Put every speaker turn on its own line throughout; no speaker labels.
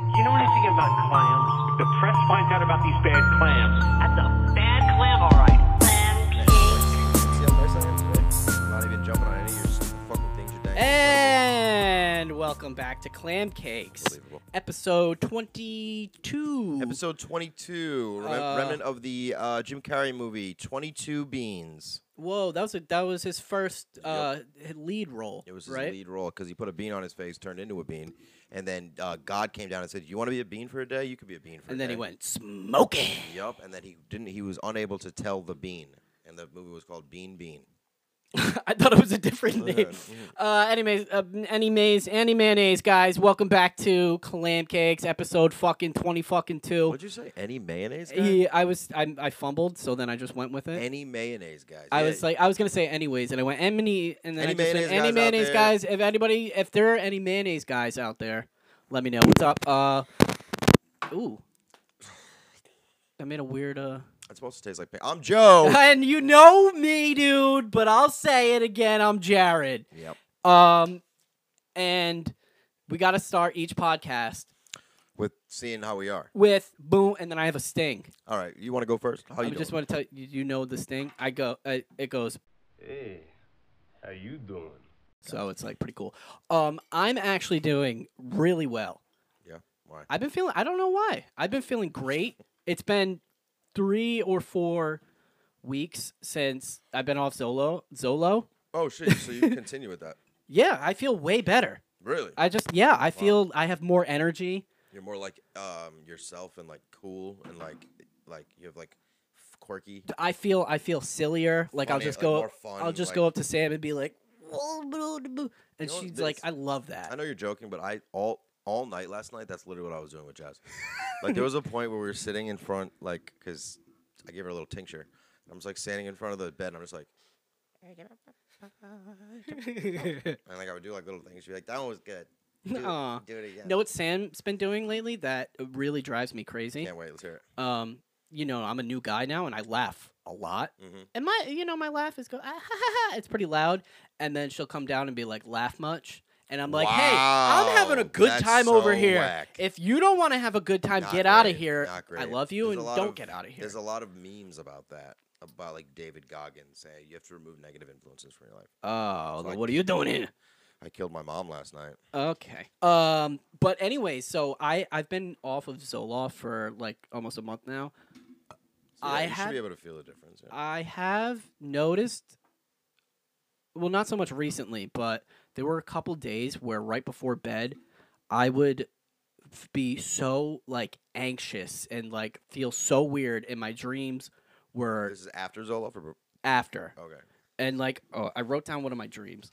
lot of clams. The press finds out about these bad clams.
That's a bad clam, all right.
See how nice I am today? I'm not even jumping on any of your stupid fucking things you're dangling.
Eh. And welcome back to Clam Cakes,
Unbelievable.
episode 22.
Episode 22, rem-
Uh,
remnant of the uh, Jim Carrey movie, 22 Beans.
Whoa, that was a, that was his first uh, lead role.
It was his
right?
lead role because he put a bean on his face, turned into a bean, and then uh, God came down and said, "You want to be a bean for a day? You could be a bean for."
And
a
then
day.
he went smoking.
Yup. And then he didn't. He was unable to tell the bean, and the movie was called Bean Bean.
I thought it was a different
Yeah,
name. Uh, anyways, uh, anyways, any mayonnaise, guys. Welcome back to Clam Cakes, episode fucking twenty fucking two.
What'd you say? Any mayonnaise? Guy?
He, I was, I, I fumbled, so then I just went with it.
Any mayonnaise guys?
I
Yeah,
was like, I was gonna say anyways, and I went any, and
Any
then I just
mayonnaise
said any
guys out
mayonnaise
there?
guys. If anybody, if there are any mayonnaise guys out there, let me know. What's up? Uh, ooh, I made a weird. Uh,
It's supposed to taste like. Pain. I'm Joe.
and you know me, dude, but I'll say it again. I'm Jared.
yep.
Um, and we got to start each podcast
With seeing how we are.
with boom, and then I have a sting.
All right. You want to go first? How
I
you
just
doing?
want to tell you, you know the sting. I go, uh, it goes.
Hey, how you doing?
So it's like pretty cool. Um, I'm actually doing really well.
yeah. Why?
I've been feeling. I don't know why. I've been feeling great. It's been three or four weeks since I've been off Zolo. Zolo.
Oh shit! So you continue with that?
Yeah, I feel way better.
Really?
I just yeah, I feel I have more energy.
You're more like um yourself and like cool and like like you have like f- quirky.
I feel I feel sillier. Like I'll
Funny,
just
like,
go.
more fun,
I'll just
like-
go up to Sam and be like, "Whoa, bro, bro," and
know,
she's like,
this-
I love that.
I know you're joking, but I all all night last night. That's literally what I was doing with Jazz. like there was a point where we were sitting in front, like because I gave her a little tincture. and I'm just like standing in front of the bed, and I'm just like, and like I would do like little things. She'd be like, "That one was good. Do,
Aw.
it, do it again."
know what Sam's been doing lately that really drives me crazy.
Can't wait. Let's hear it.
Um, you know, I'm a new guy now, and I laugh a lot.
hmm
And my, you know, my laugh is go, ah, ha, ha, ha. it's pretty loud. And then she'll come down and be like, laugh much. And I'm like, hey, I'm having a
Wow,
good
that's
time over
so
here.
whack.
If you don't want to have a good time,
Not
get out of
great,
here.
not
I
great.
love you,
There's a
and
lot
don't
of-
get out of here.
There's a lot of memes about that about like David Goggins saying you have to remove negative influences from your life.
oh,
like-
what are you doing here?
I killed my mom last night.
Okay. Um, but anyway, so I I've been off of Zoloft for like almost a month now.
So, yeah,
I
you should
had-
be able to feel the difference. yeah.
I have noticed, well, not so much recently, but there were a couple days where right before bed, I would f- be so like anxious and like feel so weird, and my dreams were
This is after Zoloft. Or... bef-
after.
Okay.
And like, oh, I wrote down one of my dreams.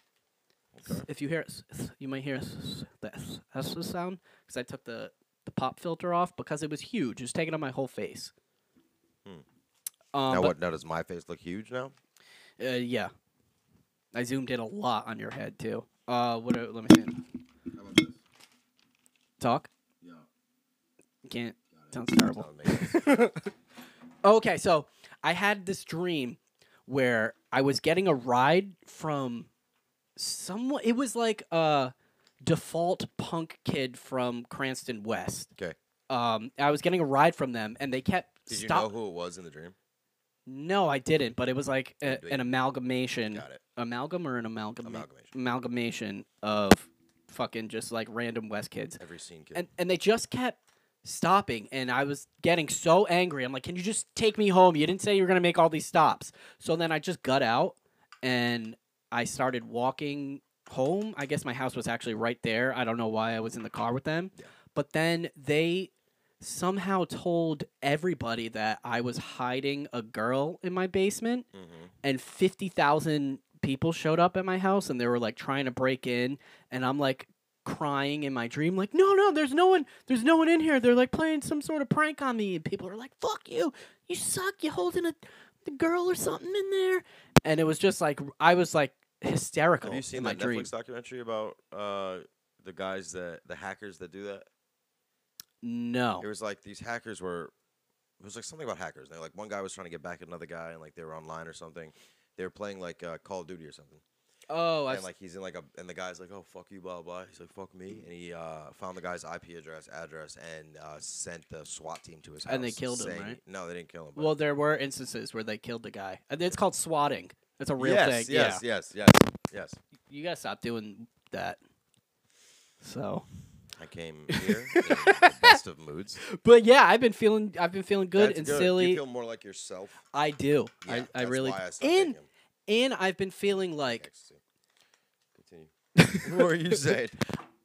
If you hear it, s- s- you might hear s- s- that s- that's the sound because I took the the pop filter off because it was huge. It was taking up my whole face. Um,
now
but-
what? Now does my face look huge now?
Uh, yeah. I zoomed in a lot on your head too. Uh, what? do- Let me see. Talk. Yeah. Can't. Sounds terrible. Oh,
Sound amazing.
Okay, so I had this dream where I was getting a ride from someone. It was like a default punk kid from Cranston West.
okay.
Um, I was getting a ride from them, and they kept
Did you
stop.
know who it was in the dream?
No, I didn't. But it was like a,
Wait.
an amalgamation.
Got it.
Amalgam or an amalgam?
Amalgamation.
Amalgamation of fucking just like random West kids,
Every scene kid.
and and they just kept stopping, and I was getting so angry. I'm like, can you just take me home? You didn't say you were gonna make all these stops. So then I just got out, and I started walking home. I guess my house was actually right there. I don't know why I was in the car with them,
Yeah.
but then they somehow told everybody that I was hiding a girl in my basement
Mhm.
and 50,000 people showed up at my house and they were like trying to break in and I'm like crying in my dream like no no there's no one there's no one in here they're like playing some sort of prank on me and people are like fuck you you suck you holding a the girl or something in there and it was just like I was like hysterical
Have you seen
in my
that
dream
Netflix documentary about uh, the guys that the hackers that do that?
no
It was like these hackers were. It was like something about hackers. They like one guy was trying to get back at another guy, and like they were online or something. They were playing like uh, Call of Duty or something.
Oh, I
and like he's in like a and the guy's like, oh fuck you, blah blah. He's like, fuck me, and he uh, found the guy's IP address, address, and uh, sent the SWAT team to his house.
And they killed him,
saying-
right?
No, they didn't kill him. but-
well, there were instances where they killed the guy. And It's called swatting. That's a real
yes,
thing.
yes,
yeah.
yes, yes, yes.
You gotta stop doing that. So,
I came here in the best of moods.
but yeah, I've been feeling I've been feeling good
That's
and
You
silly.
feel more like yourself.
I do.
Yeah,
I, I
that's
really
why I stopped
and
taking
and I've been feeling like
ecstasy. Continue. what were you saying?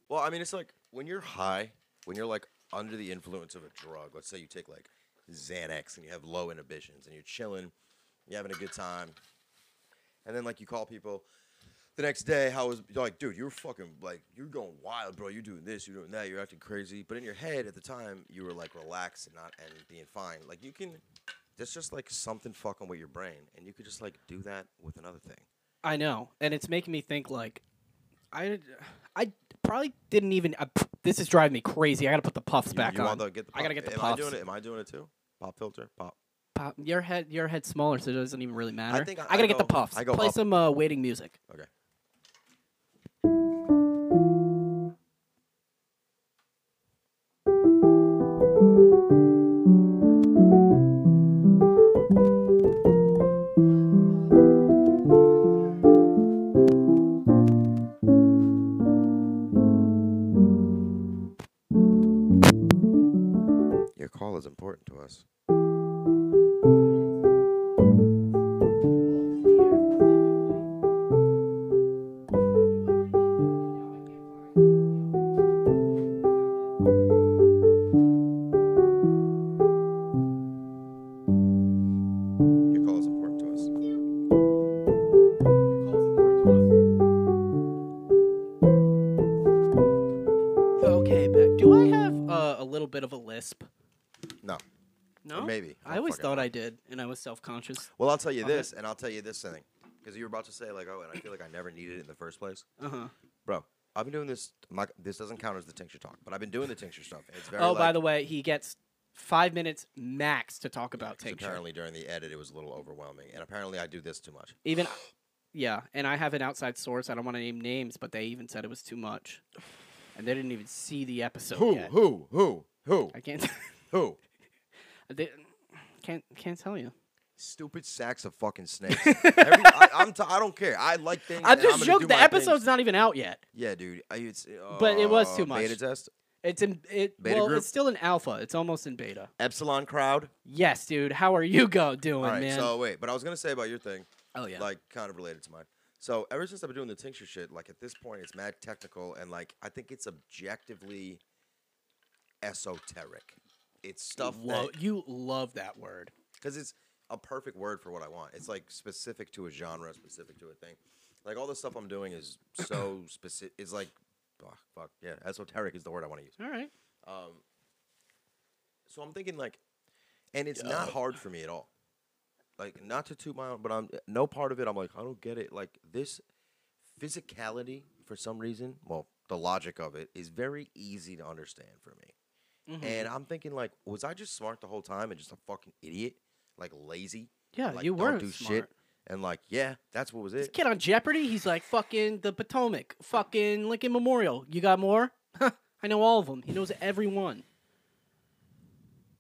Well, I mean, it's like when you're high, when you're like under the influence of a drug. Let's say you take like Xanax and you have low inhibitions and you're chilling, you're having a good time, and then like you call people the next day. How was you're like, dude? You're fucking like you're going wild, bro. You're doing this, you're doing that, you're acting crazy. But in your head at the time, you were like relaxed and not and being fine. Like you can. There's just like something fucking with your brain, and you could just like do that with another thing.
I know, and it's making me think like I I probably didn't even I, this is driving me crazy. I gotta put the puffs
You-
back
you
on.
Want the, get the
I
pop-
gotta get the
am
puffs.
I doing it? Am I doing it too? Pop filter, pop.
Pop, your head your head's smaller, so it doesn't even really matter.
think I-
gotta
I
get the
go-
puffs.
I go
Play
up.
some uh, waiting music.
Okay. Your call is important to us. Your call is important to us.
Okay, Beck. Do I have uh, a little bit of a lisp?
No.
No,
Maybe. I
I
don't
always
fucking
thought
know.
I did, and I was self conscious.
Well, I'll tell you
Okay.
this, and I'll tell you this thing, because you were about to say like, oh, and I feel like I never needed it in the first place,
Uh huh.
bro. I've been doing this. I'm not, this doesn't count as the tincture talk, but I've been doing the tincture stuff. and It's very.
Oh,
like,
by the way, he gets five minutes max to talk about
'cause
tincture.
Apparently, during the edit, it was a little overwhelming, and apparently, I do this too much.
Even, yeah, and I have an outside source. I don't want to name names, but they even said it was too much, and they didn't even see the episode
Who?
yet.
Who? Who? Who?
Oh, I can't.
Who?
they, can't can't tell you.
Stupid sacks of fucking snakes. Every, I, I'm t- I don't care. I like things.
I'm
and
just
gonna do
joking. The
my things.
episode's not even out yet.
Yeah, dude. I, it's,
But it was
uh,
too much.
Beta test.
It's in it.
Beta
well,
group?
it's still in alpha. It's almost in beta.
Epsilon crowd.
Yes, dude. How are you go doing,
All right.
man?
So wait, but I was gonna say about your thing.
oh yeah.
like kind of related to mine. So ever since I've been doing the tincture shit, like at this point, it's mad technical and like I think it's objectively esoteric. It's stuff
Lo- you love that word.
because it's a perfect word for what I want. It's like specific to a genre, specific to a thing. Like all the stuff I'm doing is so specific. It's like, oh, fuck yeah, esoteric is the word I want to use.
All right.
Um, so I'm thinking like, and it's not hard for me at all. Like not to toot my own, but I'm no part of it. I'm like I don't get it. Like this physicality for some reason. Well, the logic of it is very easy to understand for me.
Mm-hmm.
And I'm thinking like, was I just smart the whole time and just a fucking idiot, like lazy?
Yeah,
like,
you
don't
were
do shit.
smart.
And like, yeah, that's what was
This
it.
kid on Jeopardy, he's like fucking the Potomac, fucking Lincoln Memorial. You got more? I know all of them. He knows every one.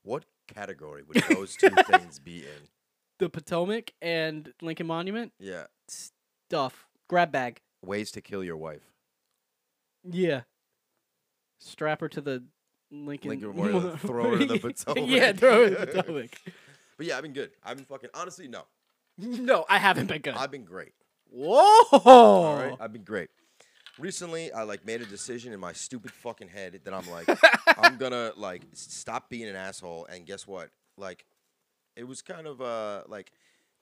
What category would those two things be in?
The Potomac and Lincoln Monument
Yeah,
stuff. Grab bag.
ways to kill your wife.
Yeah. Strap her to the Lincoln.
Lincoln Memorial, throw her to the Potomac.
yeah, throw her to the Potomac.
But yeah, I've been good. I've been fucking honestly no.
No, I haven't been good.
I've been great.
Whoa!
All right, I've been great. Recently, I like made a decision in my stupid fucking head that I'm like, I'm gonna like s- stop being an asshole. And guess what? Like, it was kind of uh like,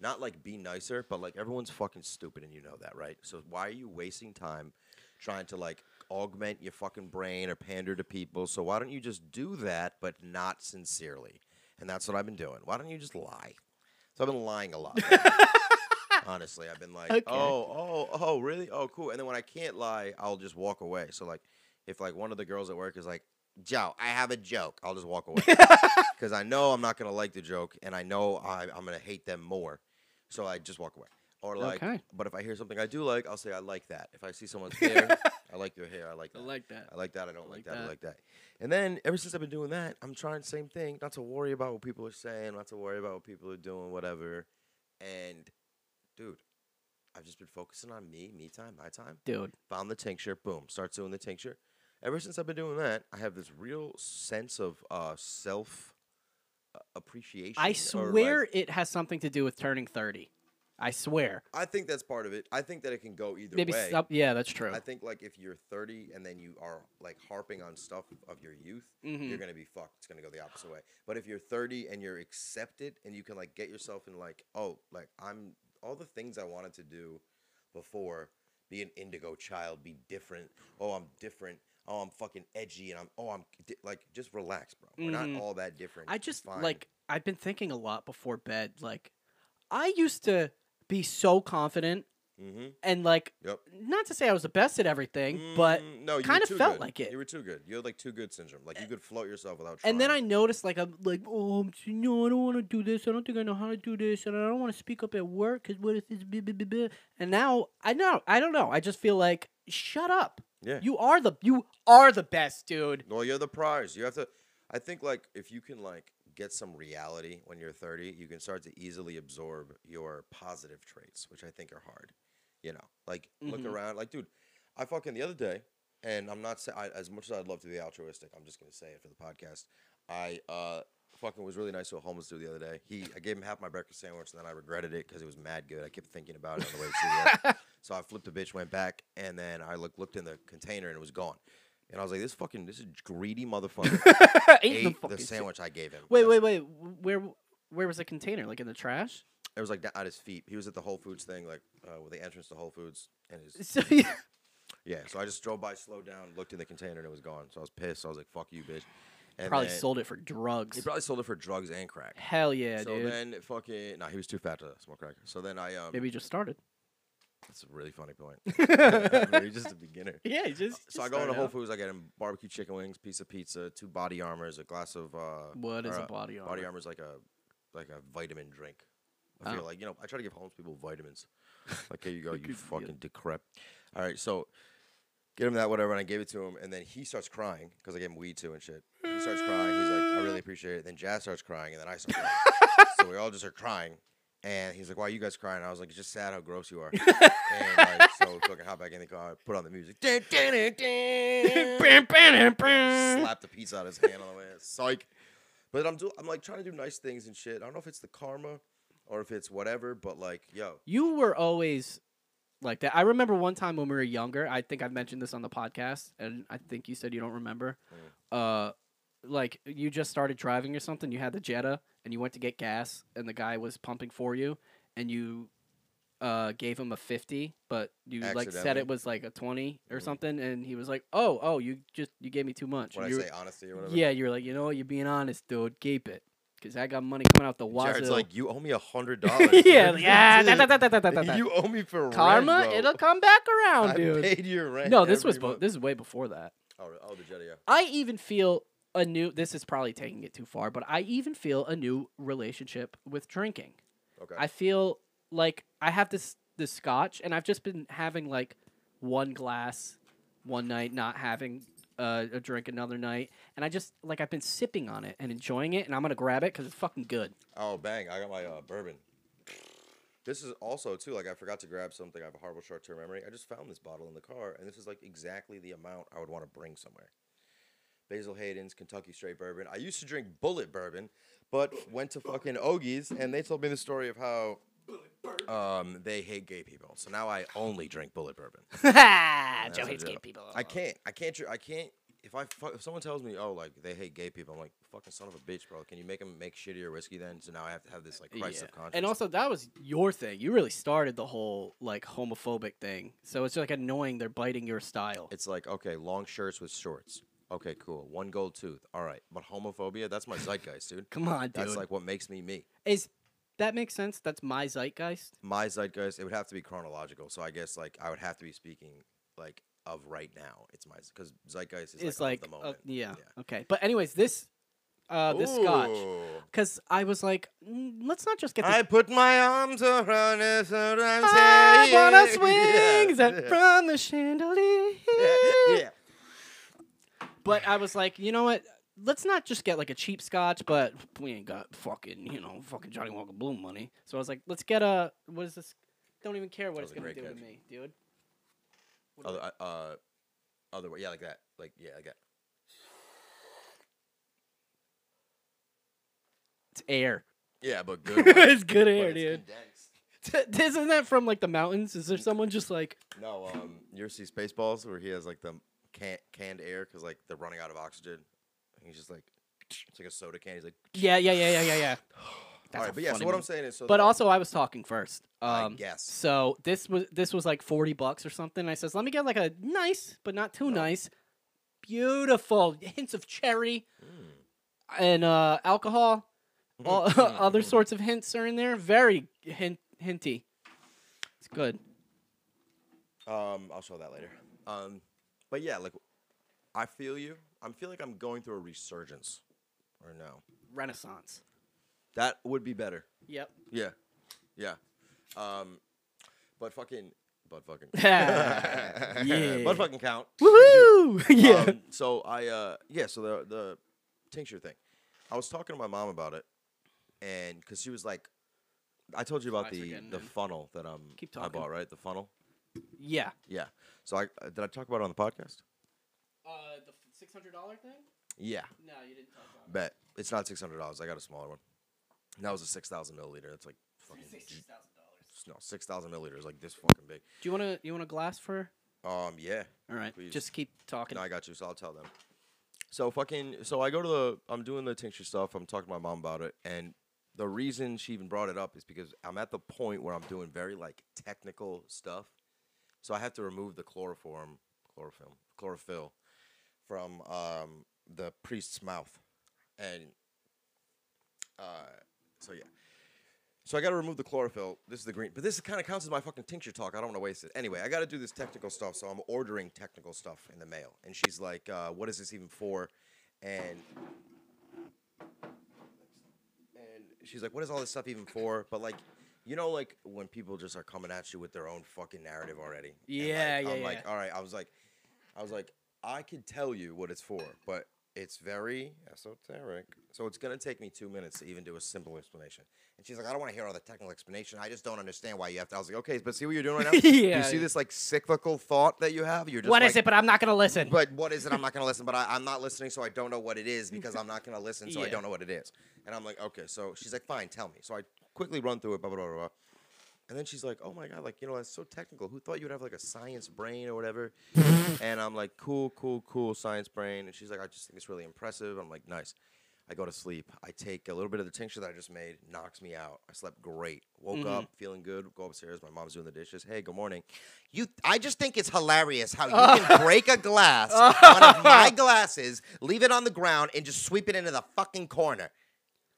not like be nicer, but like everyone's fucking stupid, and you know that, right? So why are you wasting time trying to like augment your fucking brain or pander to people? So why don't you just do that, but not sincerely? And that's what I've been doing. Why don't you just lie? So I've been lying a lot. Honestly, I've been like,
Okay.
oh, oh, oh, really? Oh, cool. And then when I can't lie, I'll just walk away. So like, if like one of the girls at work is like, Joe, I have a joke, I'll just walk away because I know I'm not gonna like the joke, and I know I, I'm gonna hate them more. So I just walk away. Or like,
Okay.
but if I hear something I do like, I'll say I like that. If I see someone's hair, I like your hair. I like that.
I like that.
I like that. I don't like,
like
that. I
that.
like that. And then ever since I've been doing that, I'm trying the same thing. Not to worry about what people are saying. Not to worry about what people are doing. Whatever. And, dude, I've just been focusing on me, me time, my time.
Dude,
Found the tincture. Boom. Start doing the tincture. Ever since I've been doing that, I have this real sense of uh, self uh, appreciation.
I
or, like-
swear it has something to do with turning 30. I swear.
I think that's part of it. I think that it can go either
Maybe
way.
sup- yeah, that's true.
I think like if you're 30 and then you are like harping on stuff of your youth,
Mm-hmm.
you're gonna be fucked. It's gonna go the opposite way. But if you're 30 and you're accepted and you can like get yourself in like, oh, like I'm all the things I wanted to do before, be an indigo child, be different. Oh, I'm different. Oh, I'm fucking edgy and I'm oh I'm di- like just relax, bro. We're not all that different.
Mm-hmm. I
It's
just
fine.
like I've been thinking a lot before bed. Like I used to be so confident
Mhm.
and like
Yep.
not to say I was the best at everything, but
Mm, no, you were
kind of
too
felt
good.
like it. Eh,
You were too good. You had like too good syndrome. Like you could float yourself without trying.
and then I noticed like I'm like oh I'm s- no I don't want to do this I don't think I know how to do this and I don't want to speak up at work because what if this blah, blah, blah, blah. and now I know I don't know I just feel like shut up
Yeah.
you are the you are the best dude
Well, you're the prize. You have to. I think like if you can like get some reality when you're 30, you can start to easily absorb your positive traits, which I think are hard. You know, like look around, like dude, I fucking the other day, and I'm not saying as much as I'd love to be altruistic. I'm just gonna say it for the podcast. I uh fucking was really nice to a homeless dude the other day. He I gave him half my breakfast sandwich, and then I regretted it because it was mad good. I kept thinking about it on the way to the So I flipped a bitch, went back, and then I look, looked in the container and it was gone. And I was like, this fucking, this is greedy motherfucker.
Ate the
ate the
fucking shit.
sandwich I gave him.
wait
That's-
wait wait w- where where was the container like in the trash
It was like da- at his feet. He was at the Whole Foods thing, like uh, with the entrance to Whole Foods. And his,
so yeah.
yeah, so I just drove by, slowed down, looked in the container, and it was gone. So I was pissed. I was like, fuck you, bitch. And
probably
then-
sold it for
He
drugs
probably sold it for drugs and crack.
hell yeah
so
dude
then fucking, nah, he was too fat to smoke crack. So then I, um,
maybe you just started
that's a really funny point. I mean, he's just a beginner.
yeah just
So I go into Whole Foods. I get him barbecue chicken wings, piece of pizza, two body armors, a glass of uh,
What is
or,
a
uh,
body
Body
armor?
armor is like a like a vitamin drink. I feel
Oh.
like you know I try to give homeless people vitamins. like here you go, you fucking decrep. All right, so get him that whatever, and I gave it to him, and then he starts crying because I gave him weed too and shit. He starts crying. He's like, I really appreciate it. Then Jazz starts crying, and then I start crying. so we all just are crying. And he's like, "Why are you guys crying?" I was like, "It's just sad how gross you are." and like, so fucking hop back in the car, put on the music, dun, dun, dun, dun.
Mm.
slap the pizza out of his hand on the way. Psych. But I'm do- I'm like trying to do nice things and shit. I don't know if it's the karma or if it's whatever, but like, yo,
You were always like that. I remember one time when we were younger. I think I mentioned this on the podcast, and I think you said you don't remember.
Mm.
Uh, like you just started driving or something. You had the Jetta, and you went to get gas, and the guy was pumping for you, and you uh gave him a 50 but you like said
Accidentally. Mm.
it was like a 20 or something and he was like oh oh you just you gave me too much
when I
And you were-
say honesty or whatever.
yeah you were like you know what you're being honest dude keep it because i got money coming out the wazoo
Jared's like, you owe me a hundred dollars.
yeah,
dude.
like, ah, da, da,
Dude,
da, da, da, da, da, da.
You owe me for
karma,
Rent, bro.
it'll come back around,
I
dude.
paid your rent.
no, this was
every
bo-
month.
this is way before that.
Oh, re- oh, the Jedi. Yeah.
I even feel a new. This is probably taking it too far, but I even feel a new relationship with drinking.
Okay.
I feel like I have this this scotch, and I've just been having like one glass one night, not having uh, a drink another night, and I just like I've been sipping on it and enjoying it, and I'm gonna grab it because it's fucking good.
Oh, bang! I got my uh, bourbon. This is also too like I forgot to grab something. I have a horrible short-term memory. I just found this bottle in the car, and this is like exactly the amount I would want to bring somewhere. Basil Hayden's Kentucky Straight Bourbon. I used to drink Bullet Bourbon, but went to fucking Ogie's, and they told me the story of how um, they hate gay people. So now I only drink Bullet Bourbon.
Joe
That's a
hates gay
joke.
people.
I can't. I can't. dr- I can't. If I fu- if someone tells me, oh, like they hate gay people, I'm like, fucking son of a bitch, bro. Can you make them make shittier whiskey then? So now I have to have this like crisis of conscience.
And also, that was your thing. You really started the whole like homophobic thing. So it's like annoying. They're biting your style.
it's like okay, long shirts with shorts. Okay, cool. One gold tooth. All right, but homophobia. That's my zeitgeist, dude.
Come on, dude.
That's like what makes me me.
Is that makes sense? That's my zeitgeist.
My zeitgeist. It would have to be chronological. So I guess like I would have to be speaking like of right now. It's my because zeitgeist is
It's
like,
like,
of the
uh,
moment.
yeah, okay. But anyways, this uh, this scotch
Ooh.
because I was like, "Mm, let's not just get this.
I put my arms around her, so I'm
I
saying.
wanna
Yeah,
swing that
yeah,
from the chandelier.
yeah, yeah.
But I was like, you know what? Let's not just get like a cheap scotch, but we ain't got fucking, you know, fucking Johnny Walker Blue money. So I was like, let's get a what is this? Don't even care what
That
it's
was a
gonna
great
do with
catch.
me, dude.
Other, uh, uh, other way, yeah, like that, like yeah, like that.
It's air.
Yeah, but good. one,
it's good
but
air,
it's
dude.
condensed.
Isn't that from like the mountains? Is there someone just like
No, um, you ever see Spaceballs where he has like the can- canned air because like they're running out of oxygen, and he's just like, it's like a soda can. He's like,
yeah, yeah, yeah, yeah, yeah, yeah. That's
all
a
right, but yeah. So
funny
what
movie.
I'm saying is, so
But
the-
also, I was talking first.
I
Um,
guess.
So this was this was like forty bucks or something. I says, let me get like a nice, but not
Oh.
too nice, beautiful hints of cherry
Hmm.
and uh, alcohol.
Mm-hmm.
All, other
Hmm.
sorts of hints are in there. Very hint hinty. It's good.
Um, I'll show that later. Um, but yeah, like I feel you. I feel like I'm going through a resurgence, or no?
Renaissance.
That would be better.
Yep.
Yeah, yeah. Um, but fucking, but fucking,
yeah.
but fucking count.
Woohoo! yeah.
Um, so I, uh, yeah. So the the tincture thing, I was talking to my mom about it, and because she was like, I told you about
Eyes are
the
getting
the
in.
funnel that um
Keep
I
talking.
bought right the funnel.
yeah.
Yeah. So I uh, did I talk about it on the podcast?
Uh, the six hundred dollar thing?
Yeah.
No, you didn't talk about
Bet it's not six hundred dollars. I got a smaller one. And that was a six thousand milliliter. That's like fucking
Six thousand dollars.
no six thousand milliliters, like this fucking big.
Do you want to? You want a glass for?
Um, yeah.
All right.
Please.
Just keep talking.
No, I got you. So I'll tell them. So fucking. So I go to the. I'm doing the tincture stuff. I'm talking to my mom about it, and the reason she even brought it up is because I'm at the point where I'm doing very like technical stuff. So I have to remove the chloroform, chlorophyll, chlorophyll, from um, the priest's mouth, and uh, so yeah. So I got to remove the chlorophyll. This is the green, but this kind of counts as my fucking tincture talk. I don't want to waste it. Anyway, I got to do this technical stuff, so I'm ordering technical stuff in the mail. And she's like, uh, "What is this even for?" And and she's like, "What is all this stuff even for?" But like, you know, like when people just are coming at you with their own fucking narrative already. And,
Yeah,
like,
yeah,
I'm like,
yeah.
all right. I was like, I was like, I could tell you what it's for, but it's very esoteric. So it's gonna take me two minutes to even do a simple explanation. And she's like, I don't want to hear all the technical explanation. I just don't understand why you have to. I was like, okay, but see what you're doing right now. Do
Yeah.
you see this like cyclical thought that you have? You're just
What is
like,
it? But I'm not gonna listen.
but what is it? I'm not going to listen. But I, I'm not listening, so I don't know what it is because I'm not going to listen, so I
Yeah.
don't know what it is. And I'm like, okay. So she's like, fine, tell me. So I quickly run through it, blah, blah, blah, blah, blah. And then she's like, oh my God, like, you know, that's so technical. Who thought you'd have like a science brain or whatever? and I'm like, cool, cool, cool, science brain. And she's like, I just think it's really impressive. I'm like, nice. I go to sleep. I take a little bit of the tincture that I just made, knocks me out. I slept great. Woke up feeling good. Go upstairs. My mom's doing the dishes. Hey, good morning. You, I just think it's hilarious how you can break a glass, one of my glasses, leave it on the ground, and just sweep it into the fucking corner.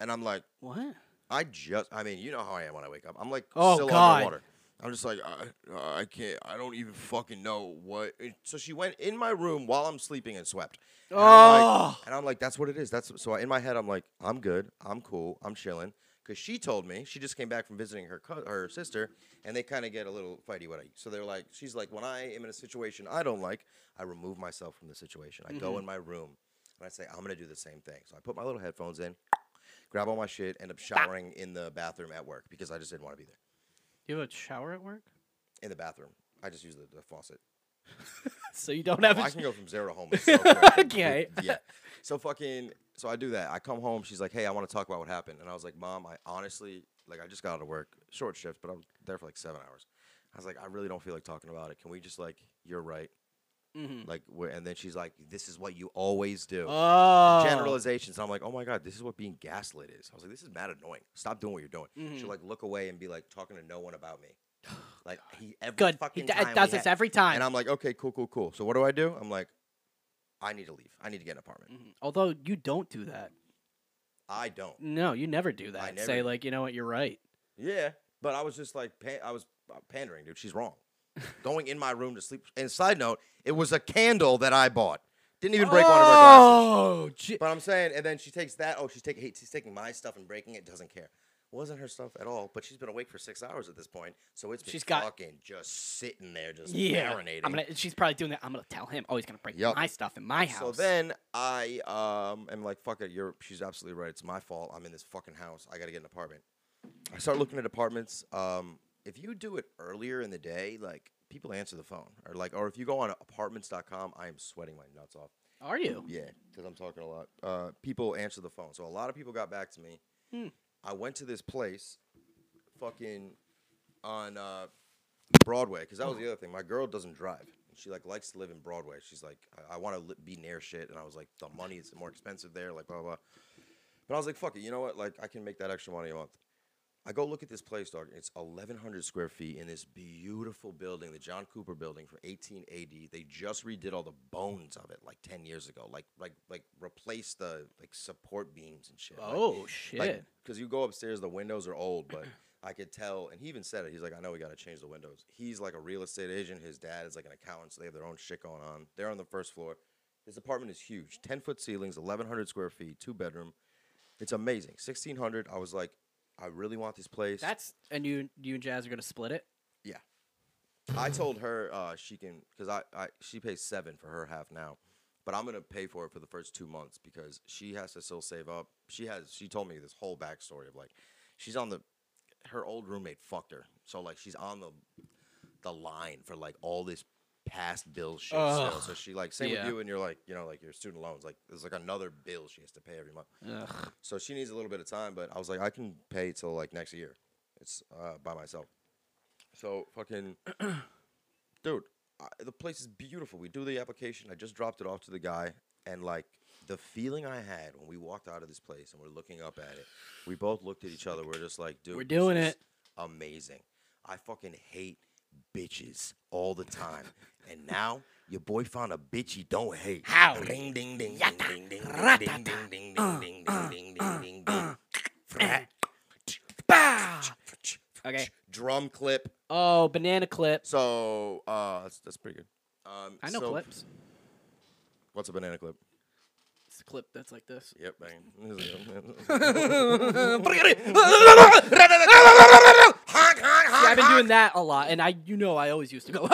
And I'm like,
what?
I just, I mean, you know how I am when I wake up. I'm like,
Oh,
still
God.
underwater. I'm just like, I, I can't, I don't even fucking know what. it- So she went in my room while I'm sleeping and swept. And I'm like,
Oh.
and I'm like, that's what it is. That's so in my head, I'm like, I'm good, I'm cool, I'm chilling. Cause she told me she just came back from visiting her co- her sister, and they kind of get a little fighty with it. So they're like, she's like, when I am in a situation I don't like, I remove myself from the situation. I
Mm-hmm.
go in my room, and I say, I'm gonna do the same thing. So I put my little headphones in, grab all my shit, end up showering in the bathroom at work because I just didn't want to be there.
You have a shower at work,
In the bathroom, I just use the, the faucet.
so you don't have.
Well,
a
I
sh-
can go from zero to homeless. so quick.
Okay.
Yeah. So fucking. So I do that. I come home. She's like, "Hey, I want to talk about what happened." And I was like, "Mom, I honestly like I just got out of work, short shift, but I'm there for like seven hours." I was like, "I really don't feel like talking about it. Can we just like, you're right,
mm-hmm.
like?" wh- And then she's like, "This is what you always do."
oh.
generalizations. And I'm like, oh my God, this is what being gaslit is. I was like, this is mad annoying. Stop doing what you're doing.
Mm-hmm.
She'll like look away and be like talking to no one about me. Like he every
Oh. Good. He
fucking
d-
time we
does this
had-
every time.
And I'm like, okay, cool, cool, cool. So what do I do? I'm like, I need to leave. I need to get an apartment.
Although you don't do that.
I don't.
No, you never do that.
I never
Say
do.
like, you know what? You're right.
Yeah, but I was just like, pan- I was uh, pandering, dude. She's wrong. Going in my room to sleep. And side note, it was a candle that I bought. Didn't even break one of our glasses.
Oh, gee-
But I'm saying, and then she takes that. Oh, she's taking she's taking my stuff and breaking it. Doesn't care. Wasn't her stuff at all. But she's been awake for six hours at this point, so it's been
She's got-
fucking just sitting there, just
yeah.
marinating.
I'm gonna, she's probably doing that. I'm gonna tell him. Oh, he's gonna break
Yup.
my stuff in my
so
house.
then I um am like, fuck it. You're she's absolutely right. It's my fault. I'm in this fucking house. I gotta get an apartment. I start looking at apartments. Um, if you do it earlier in the day, like people answer the phone, or like, or if you go on apartments.com, I am sweating my nuts off.
are you?
Yeah, because I'm talking a lot. Uh, people answer the phone. So a lot of people got back to me. I went to this place, fucking on uh, Broadway, because that was the other thing. My girl doesn't drive. She like likes to live in Broadway. She's like, I, I want to li- be near shit, and I was like, the money is more expensive there, like blah blah. blah. But I was like, fuck it, you know what? Like I can make that extra money a month. I go look at this place, dog. It's 1,100 square feet in this beautiful building, the John Cooper Building from 1880. They just redid all the bones of it like 10 years ago, like like like replaced the like support beams and shit. like-
Oh shit.
because you go upstairs, the windows are old, but I could tell. And he even said it. He's like, I know we got to change the windows. He's like a real estate agent. His dad is like an accountant, so they have their own shit going on. They're on the first floor. This apartment is huge 10 foot ceilings, 1,100 square feet, two bedroom. It's amazing. 1,600. I was like, I really want this place.
That's and you you and Jazz are gonna split it.
Yeah. I told her uh, she can because I, I she pays seven for her half now, but I'm gonna pay for it for the first two months because she has to still save up. She has she told me this whole backstory of like she's on the her old roommate fucked her, so like she's on the the line for like all this past bill shit. Still. So she like same
Yeah.
with you and you're like you know like your student loans like there's like another bill she has to pay every month.
Ugh.
So she needs a little bit of time, but I was like, I can pay till like next year. It's uh, by myself. So fucking, dude, I, the place is beautiful. We do the application. I just dropped it off to the guy, and like the feeling I had when we walked out of this place and we're looking up at it, we both looked at each other. We're just like, dude,
We're
this
doing
is
it."
Amazing. I fucking hate bitches all the time, and now. Your boy found a bitch he don't hate. How? Ding ding ding ding ding ding ding ding ding ding ding ding ding ding ding ding. Frat.
Okay.
Drum clip.
Oh, banana clips.
So uh, that's, that's pretty good. Um,
I know
so-
clips.
What's a banana clip?
It's a clip that's like this.
Yep, bang.
I've been doing that a lot, and I you know I always used to go.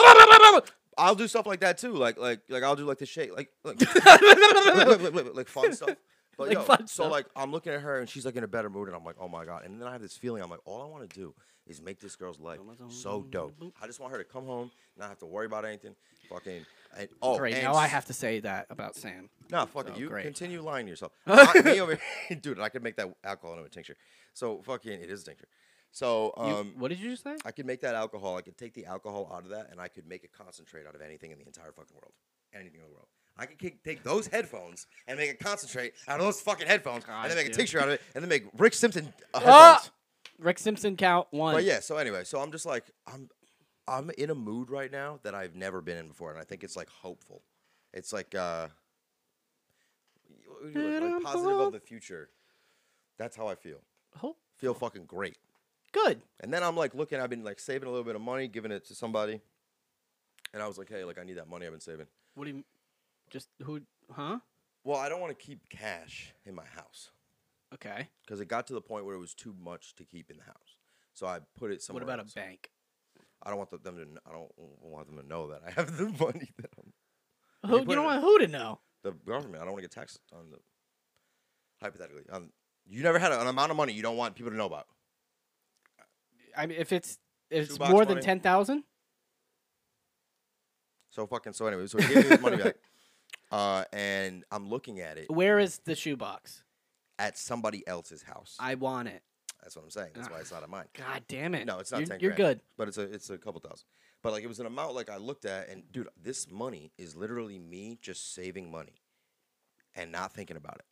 I'll do stuff like that too. Like like like I'll do like the shake like like like fun stuff. But
Like
yo,
fun
so
stuff.
like I'm looking at her and she's like in a better mood and I'm like, oh my god. And then I have this feeling I'm like, all I want to do is make this girl's life so dope. I just want her to come home, not have to worry about anything. Fucking and, oh,
Right
and
now, I
s-
have to say that about Sam.
Nah, fuck
So,
it. You
great.
continue lying to yourself. I, me over, dude. I could make that alcohol into a tincture. So fucking, it is a tincture. So
You-
um,
what did you just say?
I could make that alcohol. I could take the alcohol out of that, and I could make it concentrate out of anything in the entire fucking world. Anything in the world. I could kick, take those headphones and make it concentrate out of those fucking headphones, and then make
dude.
a tincture out of it, and then make Rick Simpson uh,
Ah!
headphones.
Rick Simpson count one.
But yeah, so anyway, so I'm just like I'm I'm in a mood right now that I've never been in before, and I think it's like hopeful. It's like uh what do you like, like positive of the future. That's how I feel.
Oh,
Feel fucking great.
good.
And then I'm like looking, I've been like saving a little bit of money, giving it to somebody. And I was like, hey, like I need that money I've been saving.
What do you? Just who? Huh?
Well, I don't want to keep cash in my house.
Okay.
Because it got to the point where it was too much to keep in the house. So I put it
What
somewhere.
about a
else.
bank?
I don't want the- them to. kn- I don't want them to know that I have the money. That I'm,
Who? You
put
don't
it-
want who to know?
the government. I don't want to get taxed on the. Hypothetically, on, you never had an amount of money you don't want people to know about.
I mean, if it's if it's
Shoebox
more than
money.
ten thousand,
So fucking. So anyway, so he gave me his money back, uh, and I'm looking at it
where is the shoebox?
at somebody else's house.
I want it.
That's what I'm saying. That's why it's not of mine.
Ah, God damn it.
No, it's not
You're,
10
you're
grand,
good.
But it's a it's a couple thousand. But like it was an amount like I looked at and dude, this money is literally me just saving money and not thinking about it.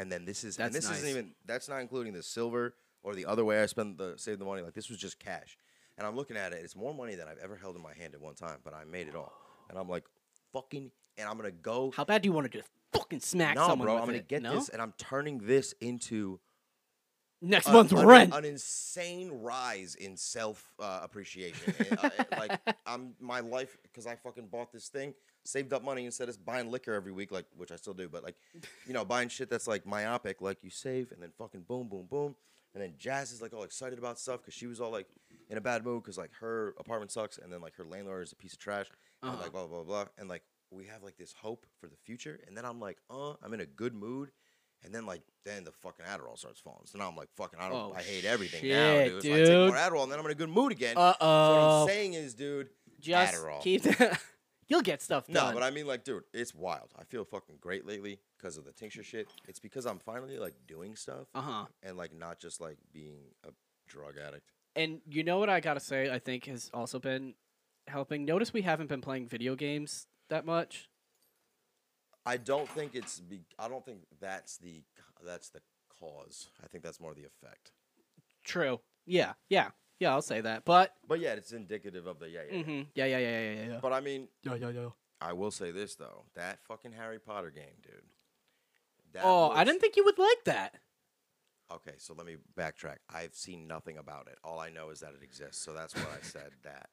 And then this is and
That's
this isn't
nice.
even that's not including the silver or the other way I spend the save the money. Like this was just cash. And I'm looking at it, it's more money than I've ever held in my hand at one time, but I made it all. And I'm like, fucking and I'm gonna go
How bad do you want to just fucking smack
no,
someone
bro,
with
I'm gonna
it?
get
no?
this and I'm turning this into
next
a-
month's
an,
rent.
An insane rise in self uh, appreciation. Uh, uh, like I'm my life because I fucking bought this thing. saved up money instead of buying liquor every week, like which I still do, but like, you know, buying shit that's like myopic, like you save and then fucking boom, boom, boom, and then Jazz is like all excited about stuff because she was all like in a bad mood because like her apartment sucks and then like her landlord is a piece of trash and
Uh-huh.
like blah blah blah and like we have like this hope for the future and then I'm like, uh, I'm in a good mood. And then like then the fucking Adderall starts falling. So now I'm like fucking I don't
Oh,
I hate everything now,
shit,
dude. So I take more
dude. Oh.
Adderall and then I'm in a good mood again. So what
Uh-oh.
I'm saying is, dude,
Just
Adderall.
keep that. You'll get stuff
no,
done.
but I mean, like, dude, it's wild. I feel fucking great lately because of the tincture shit. It's because I'm finally like doing stuff
Uh-huh.
and like not just like being a drug addict.
And you know what I gotta say? I think has also been helping. Notice we haven't been playing video games that much.
I don't think it's. Be- I don't think that's the that's the cause. I think that's more the effect.
True. Yeah. Yeah. Yeah. I'll say that. But
But yeah, it's indicative of the yeah, yeah. yeah.
mhm, yeah, yeah, yeah, yeah, yeah, yeah.
But I mean,
Yeah, yeah, yeah.
I will say this though, that fucking Harry Potter game, dude. That
Oh, I
looks-
didn't think you would like that.
Okay, so let me backtrack. I've seen nothing about it. All I know is that it exists. So that's why I said that.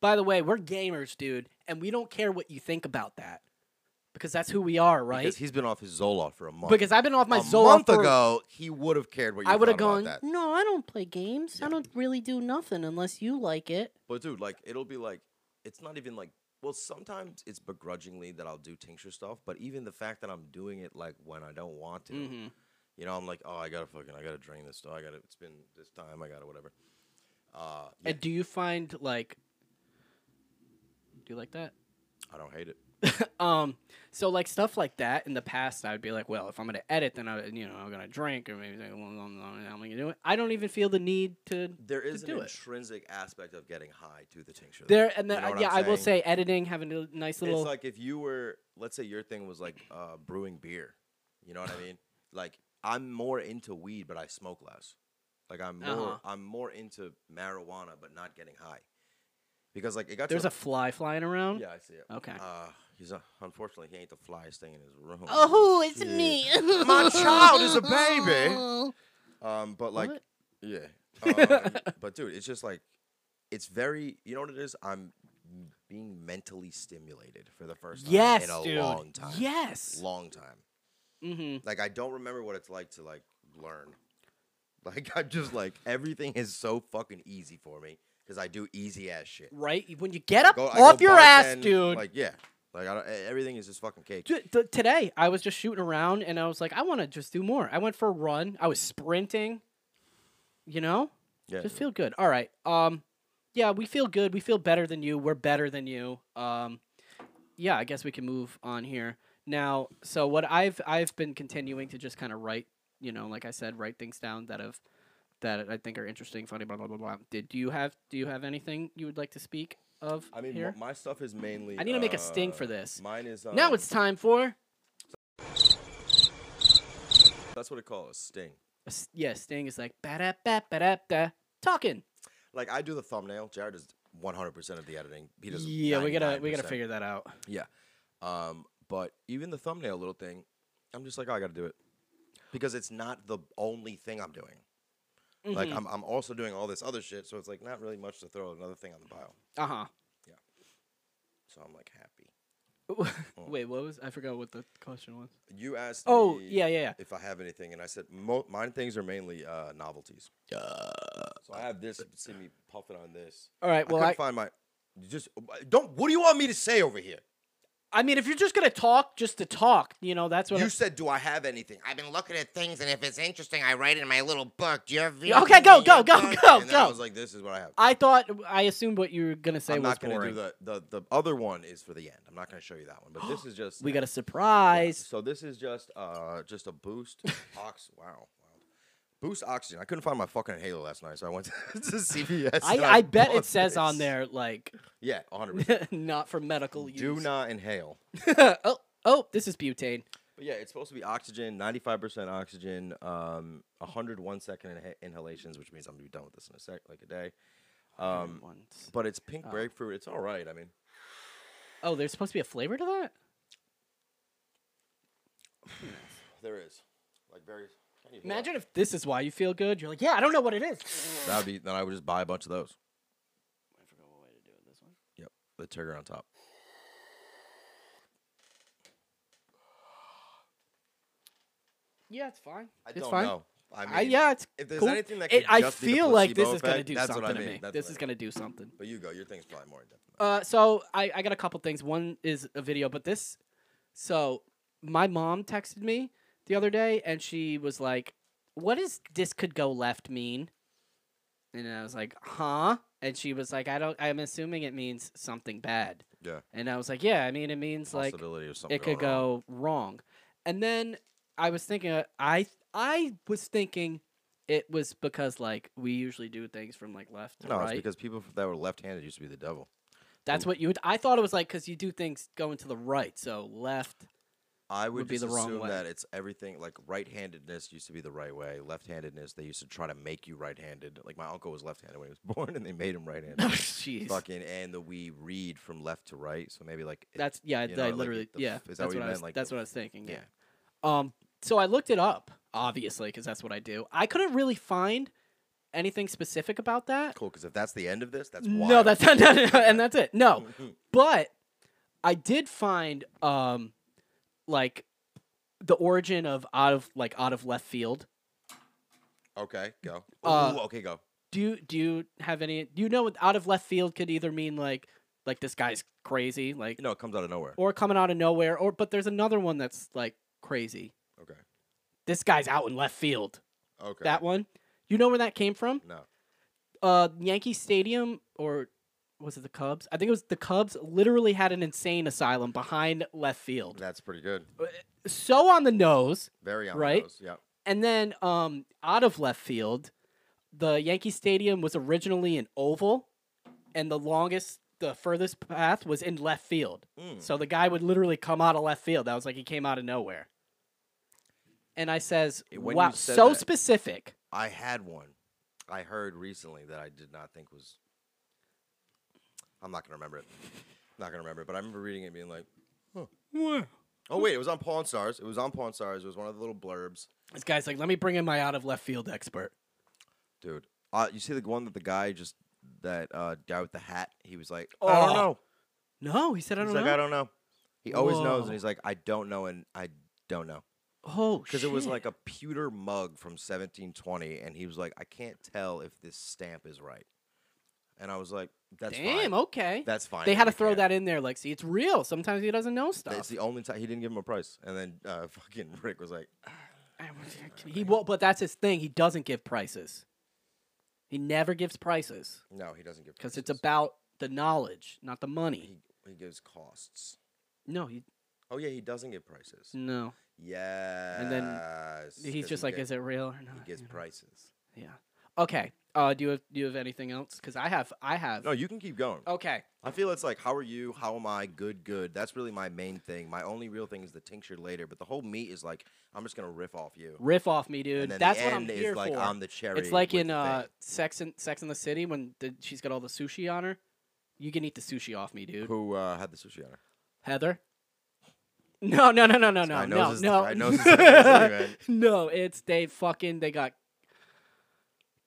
By the way, we're gamers, dude, and we don't care what you think about that because that's who we are, right?
Because he's been off his Zoloft for a month.
Because I've been off my
a
Zoloft
month
for-
ago, he would have cared what you
I would have
thought
gone.
about that.
No, I don't play games. I don't really do nothing unless you like it.
But dude, like it'll be like it's not even like well, sometimes it's begrudgingly that I'll do tincture stuff, but even the fact that I'm doing it like when I don't want to,
Mm-hmm.
you know, I'm like, oh, I gotta fucking, I gotta drain this stuff. I gotta, it's been this time. I gotta whatever. Uh, yeah,
And do you find like? Do you like that?
I don't hate it.
Um, so like stuff like that in the past, I'd be like, well, if I'm gonna edit, then I, you know, I'm gonna drink or maybe I'm gonna do it. I don't even feel the need to.
There is
to
an
do it.
intrinsic aspect of getting high to the tincture. though.
There and then
You know what
yeah,
I'm
I will
saying?
say editing, having a nice little.
It's like if you were, let's say your thing was like uh, brewing beer. You know what I mean? Like I'm more into weed, but I smoke less. Like I'm more,
Uh-huh.
I'm more into marijuana, but not getting high. Because like it got
there's
to
a fly flying around.
yeah, I see it.
Okay.
Uh, he's a, unfortunately he ain't the flyest thing in his room.
oh, it's
Shit.
me.
my child is a baby. Um, but like,
What?
yeah. Um, but dude, it's just like, it's very. You know what it is? I'm being mentally stimulated for the first time
yes,
in a
dude.
long time.
Yes.
long time.
mm-hmm.
Like I don't remember what it's like to like learn. Like I'm just like everything is so fucking easy for me because I do easy ass shit.
Right when you get up
Go- I go
off your ass,
bartend,
dude.
Like yeah, like I don't, e- everything is just fucking cake.
Ju- t- today I was just shooting around and I was like, I want to just do more. I went for a run. I was sprinting. You know,
Yeah,
just
dude.
feel good. All right. Um, yeah, we feel good. We feel better than you. We're better than you. Um, yeah, I guess we can move on here now. So what I've I've been continuing to just kind of write, you know, like I said, write things down that have that I think are interesting, funny, blah blah blah blah. Did do you have do you have anything you would like to speak of
I mean,
here?
m- my stuff is mainly.
I need to make a sting
uh,
for this.
Mine is. Um,
now it's time for
that's what it calls a sting.
A s- Yeah, Sting is like ba da ba ba da da talking.
Like I do the thumbnail. Jared does 100 percent of the editing. He does.
Yeah, we gotta we gotta
99%.
figure that out.
Yeah. Um, but even the thumbnail little thing, I'm just like, oh, I got to do it because it's not the only thing I'm doing. Like
Mm-hmm.
I'm, I'm also doing all this other shit, so it's like not really much to throw another thing on the pile.
Uh huh.
So I'm like happy. Oh.
Wait, what was I forgot what the question was?
You asked.
Oh,
me
yeah, yeah, yeah.
If I have anything, and I said mo- mine things are mainly uh, novelties. so I have this. you can See me puffing on this.
All right, well,
I couldn't
I-
find my. you Just uh, don't. What do you want me to say over here?
I mean, if you're just gonna talk, just to talk, you know, that's what.
You
I-
said, do I have anything? I
I've been looking at things, and if it's interesting, I write it in my little book. Do you have
Yeah, okay, go, go, go, go,
and then I
go.
was like, this is what I have.
I thought I assumed what you were gonna say
I'm
was
not going to
boring.
do the, the the other one is for the end. I'm not going to show you that one, but this is just
We got a surprise.
so this is just uh just a boost ox wow wow boost oxygen. I couldn't find my fucking inhaler last night, so I went to, CVS. and
I, I bet
bought
it says on
this.
there like
Yeah, 100. percent
not for medical use.
Do not inhale.
oh, oh, this is butane.
But yeah, it's supposed to be oxygen, 95% oxygen, um, 101 second inha- inhalations, which means I'm gonna be done with this in a sec, like a day. Um,
Once.
but it's pink grapefruit. It's all right. I mean,
Oh, there's supposed to be a flavor to that.
there is like very. can you hear
Imagine if this is why you feel good. You're like, yeah, I don't know what it is.
that? That'd be then. I would just buy a bunch of those. I forgot what way to do it. This one. Yep, the trigger on top.
Yeah, it's fine.
I
it's
don't
fine.
know. I mean,
I, yeah, it's
if there's
cool.
anything that
It-
could
I
just be the
feel like this
placebo
is gonna
effect,
do
that's what
something
I
to
mean,
me.
that's
This
what
is
I
gonna do something.
But you go. Your thing's probably more in depth. than
Uh, so I, I got a couple things. One is a video, but this. So my mom texted me the other day, and she was like, "What does this could go left mean?" And I was like, "Huh?" And she was like, "I don't. I'm assuming it means something bad."
that. Yeah.
And I was like, "Yeah, I mean, it means like
Possibility or something.
it could
going on.
go wrong. And then I was thinking, uh, I I was thinking it was because like we usually do things from like left to
No,
right.
it's because people f- that were left-handed used to be the devil.
That's what you. would- I thought it was like because you do things going to the right, so left.
I would,
would be
just
the wrong
assume
way.
that it's everything like right-handedness used to be the right way. Left-handedness they used to try to make you right-handed. Like my uncle was left-handed when he was born, and they made him right-handed.
Jeez,
Fucking and the we read from left to right, so maybe like it-
that's yeah. I-
you know,
I
like,
literally
the
yeah.
f- is
that's
that what you
I
meant,
was,
like the
that's what
f-
I was thinking. Yeah.
yeah.
Um. So I looked it up, obviously, because that's what I do. I couldn't really find anything specific about that.
cool. Because if that's the end of this, that's wild.
No, that's not, no, no, no, and that's it. No, but I did find um, like the origin of out of like out of left field.
okay. Go.
Uh,
Ooh, okay, go.
Do you do you have any? Do you know what out of left field could either mean like like this guy's crazy, like
No, it comes out of nowhere.
or coming out of nowhere, or but there's another one that's like crazy.
Okay.
This guy's out in left field.
Okay.
That one. You know where that came from?
No.
uh, Yankee Stadium or was it the Cubs? I think it was the Cubs. Literally had an insane asylum behind left field.
That's pretty good.
So on the nose,
Very on the
Right?
nose, Yeah.
and then um, out of left field, the Yankee Stadium was originally an oval, and the longest, the furthest path was in left field.
Mm.
So the guy would literally come out of left field. That was like he came out of nowhere. And I says,
Eh, when you
"Wow,
said
so
that-
specific."
I had one. I heard recently that I did not think was. I'm not gonna remember it. Not gonna remember it, but I remember reading it and being like, "Oh wait, it was on Pawn Stars. It was on Pawn Stars. It was one of the little blurbs,
This guy's like, "Let me bring in my out of left field expert."
dude." Uh, you see the one that the guy just that uh, guy with the hat. He was like, "I
Oh,
don't know."
No, he said, "I
He's
don't
like,
know."
"I don't know." He always knows,
Whoa.
and he's like, "I don't know," and I don't know
Oh,
because it was like a pewter mug from 1720, and he was like, "I can't tell if this stamp is right," and I was like, "That's fine."
damn. Okay,
That's fine.
they had to
we
throw
can't.
that in there. Like, see, it's real. Sometimes he doesn't know
It's
stuff.
the only time he didn't give him a price, and then uh, fucking Rick was like,
I was- he will, but that's his thing. He doesn't give prices. He never gives prices
"No, he doesn't give."
because it's
prices.
about the knowledge, not the money.
he, he gives costs.
No, he
Oh yeah, he doesn't give prices.
no.
Yeah,
then He's just like, is it real or
He
not?
gives
You know?
prices.
Yeah. Okay. Uh, do you have, do you have anything else? Because I have I have.
No, you can keep going.
Okay.
I feel it's like, how are you? How am I? Good, good. That's really my main thing. My only real thing is the tincture later, but the whole meat is like, I'm just gonna riff off you.
Riff off me,
and
dude.
then
That's
the
what
end
I'm
is
here
like,
for.
I'm the cherry.
It's like
with
in
the
uh,
thing.
Sex and Sex in the City when the, she's got all the sushi on her. You can eat the sushi off me, dude.
who uh, had the sushi on her.
Heather. No, no, no, no, Oh, no, no,
Guy
no,
knows his- guy knows his
no.
anyway, man.
no, it's they fucking they got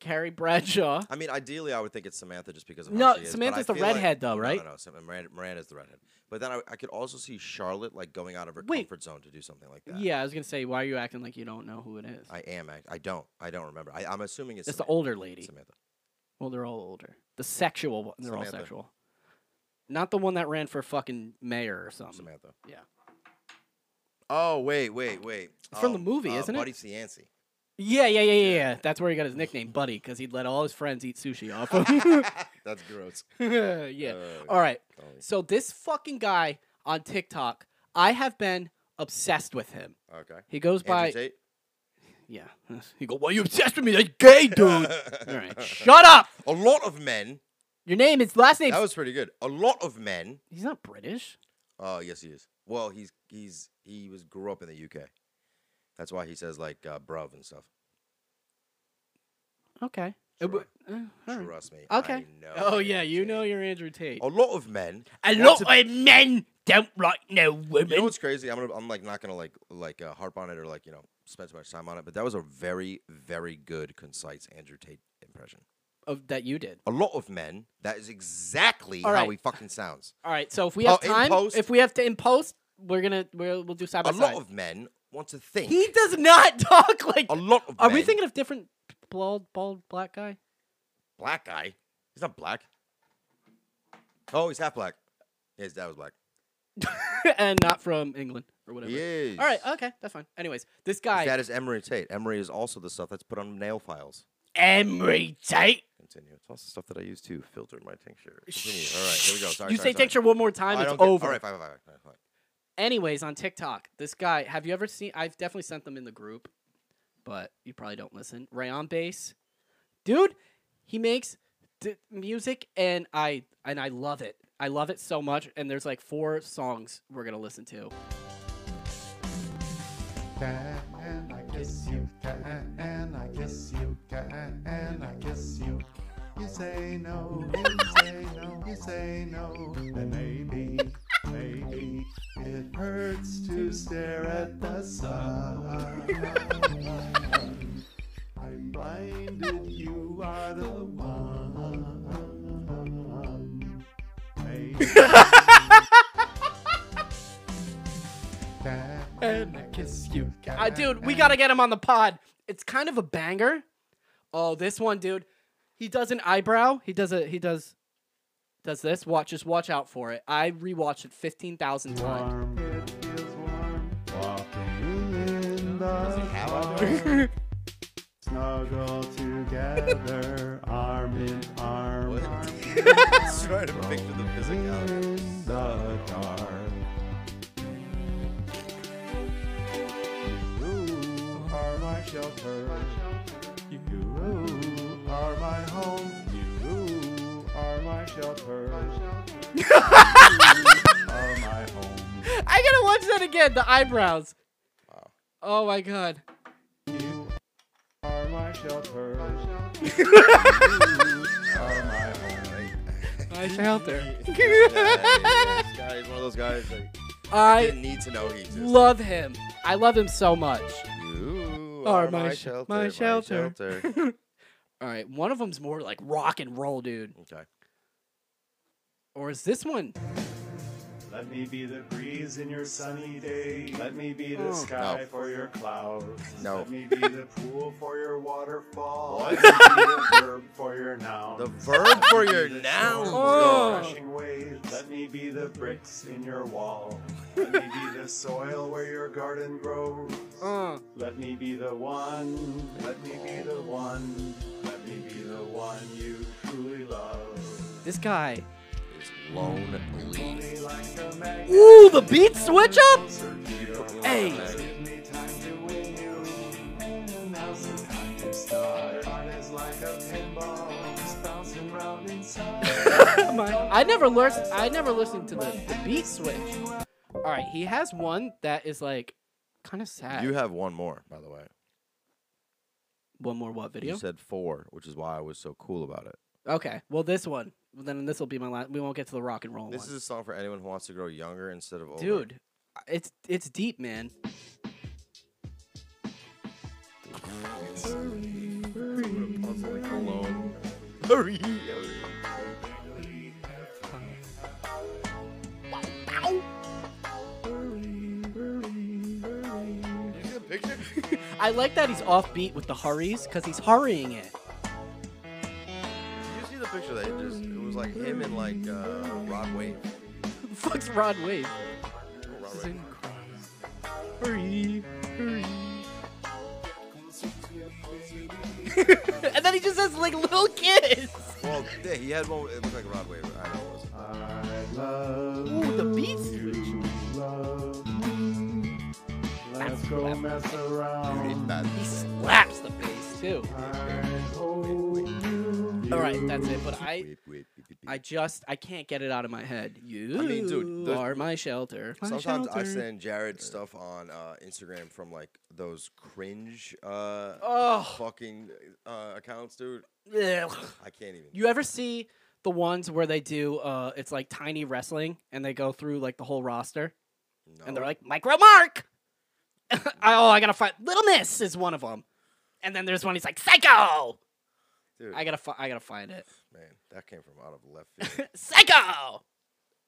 Carrie Bradshaw.
I mean, ideally, I would think it's Samantha just because of how
No,
she is, but
Samantha's
I
the
feel like-
redhead, though, right?
No, no, no. Sam- Miranda, Miranda's the redhead. But then I, I could also see Charlotte like going out of her
Wait.
comfort zone to do something like
Yeah.
that.
I was gonna say, why are you acting like you don't know who it is?
I am. Act- I don't. I don't remember. I, I'm assuming it's
it's the
Samantha.
older lady.
Samantha.
Well, they're all older. The sexual one. They're all
Samantha.
sexual. Not the one that ran for fucking mayor or something.
Samantha.
Yeah.
Oh wait, wait, wait.
It's from the
Um,
movie,
uh,
isn't it?
Buddy Cianci.
Yeah, yeah, yeah, yeah, yeah. That's where he got his nickname, Buddy, because he'd let all his friends eat sushi off him.
That's gross.
yeah. Oh.
Uh,
all right.
golly.
So this fucking guy on TikTok, I have been obsessed with him.
Okay.
He goes by
Andrew Tate?
yeah. He go, why you obsessed with me? That's gay, dude. All right, shut up.
A lot of men.
Your name is last name.
That was pretty good. A lot of men.
He's not British.
Oh yes, he is. Well, he's he's he was grew up in the UK. That's why he says like uh, bruv and stuff.
Okay. Uh,
Sure.
but- uh, all right.
Trust me. I
Okay.
know
Oh
Andrew
yeah, you
Tate.
know you're Andrew Tate.
A lot of men.
A
Oh, want
lot
to-
of men don't like no women.
you know what's crazy? I'm gonna, I'm like not gonna like like uh, harp on it or like you know spend too much time on it. But that was a very very good concise Andrew Tate impression.
of that you did.
A lot of men. That is exactly
All
how
right.
he fucking sounds.
All right. So if we
Po-
have
Oh, in
time,
post-
if we have to in post, we're gonna we'll, we'll do side by
A
side.
lot of men want to think.
He does not talk like.
a lot of
Are we
men-
thinking of different bald, bald black guy?
black guy? He's not black. Oh, he's half black. His dad was black.
and not from England or whatever.
He is.
All right. Okay, that's fine. Anyways, this
His
guy
dad is Emery Tate. Emery is also the stuff that's put on nail files.
Emery Tate.
Continue. It's also stuff that I use to filter my tincture. Continue. All right, here we go. Sorry. sorry,
you say
sorry.
picture one more time,
I
it's
don't care.
over.
All right, fine, fine, fine, fine, fine.
Anyways, on TikTok, this guy. Have you ever seen? I've definitely sent them in the group, but you probably don't listen. Rayon Bass, dude, he makes d- music, and I and I love it. I love it so much. And there's like four songs we're gonna listen to.
Can I kiss you? Can I kiss you? Can I kiss you? You say no, you say no, you say no. Then maybe, maybe it hurts to stare at the sun. I'm blinded, you are the one. Maybe. Can I kiss you? Can
Uh, dude, we gotta get him on the pod. It's kind of a banger. Oh, this one, dude. He does an eyebrow. He does a he does does this. Watch, just watch out for it. I rewatched it fifteen thousand times.
warm. It feels warm. Walking in the
How-
dark. Snuggle together, arm in arm.
What?
arm
Just trying to picture the physicality.
in the dark. You are my shelter. You are my home. You are my shelter. You are my home.
I gotta watch that again. The eyebrows. Oh my god.
You are my shelter. You are my home.
My shelter.
Yeah, this guy is one of those guys that didn't
I
need to know he existed.
love him. I love him so much.
you
Are
are,
my
my,
sh-
shelter,
my
my
shelter.
shelter.
All right, one of them's more like rock and roll, dude.
okay.
Or is this one?
Let me be the breeze in your sunny day. Let me be the sky
Hmm. No.
for your clouds.
No.
Let me be the pool for your waterfall. Let me be the verb for your noun.
The verb for your noun.
Oh.
Crashing waves. Let me be the bricks in your wall. Let me be the soil where your garden grows.
Uh.
Let me be the one. Let me be the one. Let me be the one you truly love.
This guy.
It's lonely.
Me like a magnet.
Ooh, the beat switch up. Hey. My- I never listened. I never listened to the, the beat switch. All right, he has one that is like kind of sad.
You have one more, by the way.
one more what video?
You said four, which is why I was so cool about it.
okay, well this one. Then this will be my last. We won't get to the rock and roll
This
one.
is a song for anyone who wants to grow younger instead of older.
Oh, Dude, it's it's deep, man.
Hurry.
I like that he's offbeat with the hurries because he's hurrying it.
Did you see the picture that it just it was like him and like uh, Rod Wave.
Who the fuck's Rod Wave?
Rod Wave.
Hurry, hurry. and then he just says like little kids.
Well, yeah, he had one. It looked like Rod Wave. I know it was.
I love
Ooh, the beat
you,
switch.
love me. Let's go mess around.
Um, He slaps the bass too.
I owe you.
All right, that's it. But I,
Wait, wait, beep, beep, beep.
I just, I can't get it out of my head. You
mean, dude, there's-
are my shelter. My
Sometimes I
shelter.
send Jared stuff on uh, Instagram from like those cringe uh,
Oh,
fucking uh, accounts, dude.
ugh.
I can't even.
you ever see the ones where they do? Uh, it's like tiny wrestling, and they go through like the whole roster,
no.
and they're like micro mark. I, oh, I gotta find Little Miss is one of them, and then there's one he's like Psycho.
dude,
I gotta, fi- I gotta find it.
man, that came from out of left field.
Psycho. All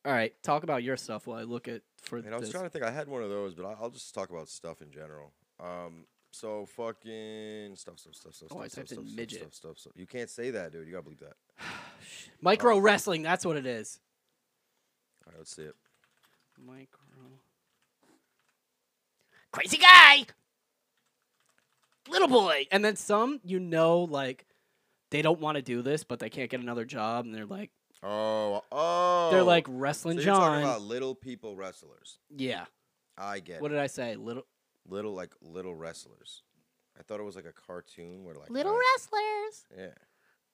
right, talk about your stuff while I look at for
And I was
this.
trying to think. I had one of those, but I- I'll just talk about stuff in general. Um, so fucking stuff, stuff, stuff, stuff.
Oh, I
stuff,
typed in
stuff, stuff,
midget.
Stuff, stuff, stuff. You can't say that, dude. You gotta believe that. Oh.
Micro wrestling, that's what it is.
All right, let's see it.
Micro.
Crazy guy.
Little boy. And then some, you know, like they don't want to do this, but they can't get another job, and they're like,
Oh, oh.
they're like
so
wrestling
you're
John.
talking about little people wrestlers.
yeah.
I get
What
it.
did I say? Little.
Little like little wrestlers. I thought it was like a cartoon where like
Little
uh,
wrestlers.
Yeah.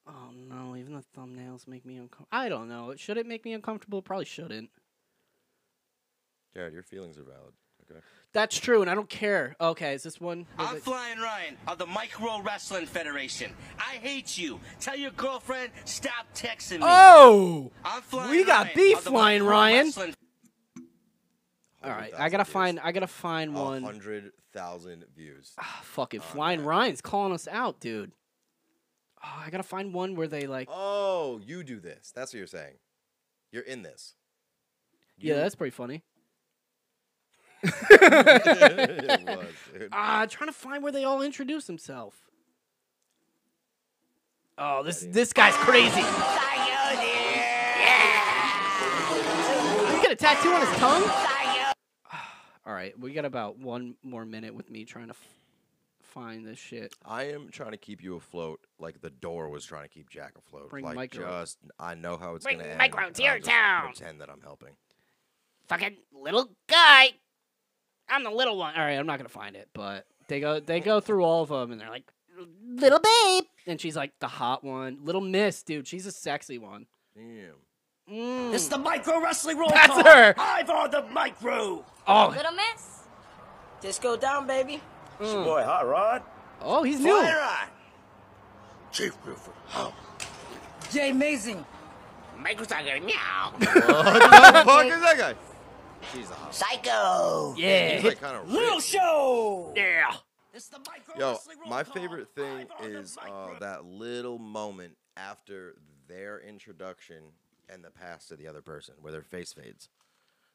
Oh no! Even the thumbnails make me uncomfortable. I don't know. Should it make me uncomfortable? Probably shouldn't.
Jared, your feelings are valid. Okay.
That's true, and I don't care. Okay, is this one?
I'm Flying Ryan of the Micro Wrestling Federation. I hate you. Tell your girlfriend, stop texting me.
oh!
I'm Flying
we got
Ryan
beef,
of the
Flying
Micro
Ryan.
Wrestling-
All right, I
100,000
gotta
views.
find. I gotta find
A
one.
hundred Oh, thousand views.
Ah, fucking flying Ryan's calling us out, dude. Oh, I gotta find one where they like.
Oh, you do this. That's what you're saying. You're in this.
yeah, that's pretty funny.
It was, dude.
Ah, I'm trying to find where they all introduce themselves. Oh, this this guy's crazy. You got a tattoo on his tongue? All right, we got about one more minute with me trying to f- find this shit.
I am trying to keep you afloat, like the door was trying to keep Jack afloat.
Bring
like
Micro.
just, I know how it's
Bring
gonna end.
Micro to
and I'll
your
just
town.
Pretend that I'm helping.
Fucking little guy.
I'm the little one. All right, I'm not gonna find it, but they go they go through all of them, and they're like,
Little babe.
and she's like the hot one, little Miss, dude. She's a sexy one.
Damn.
Mm.
It's the Micro Wrestling Roll
That's
Call.
her.
Ivar the Micro.
Oh,
Little miss?
Just go down, baby.
mm.
Boy, hot rod.
oh, he's new.
Rod.
Chief Buford.
Jay Amazing.
Micro Tiger. Meow.
What the fuck is that guy? She's a hot.
Psycho.
Yeah,
He's like kind of
Little show.
yeah.
It's the Micro
Yo,
Wrestling Roll
my
Call.
favorite thing
Ivar the
is uh,
Micro.
that little moment after their introduction and the pass to the other person, where their face fades.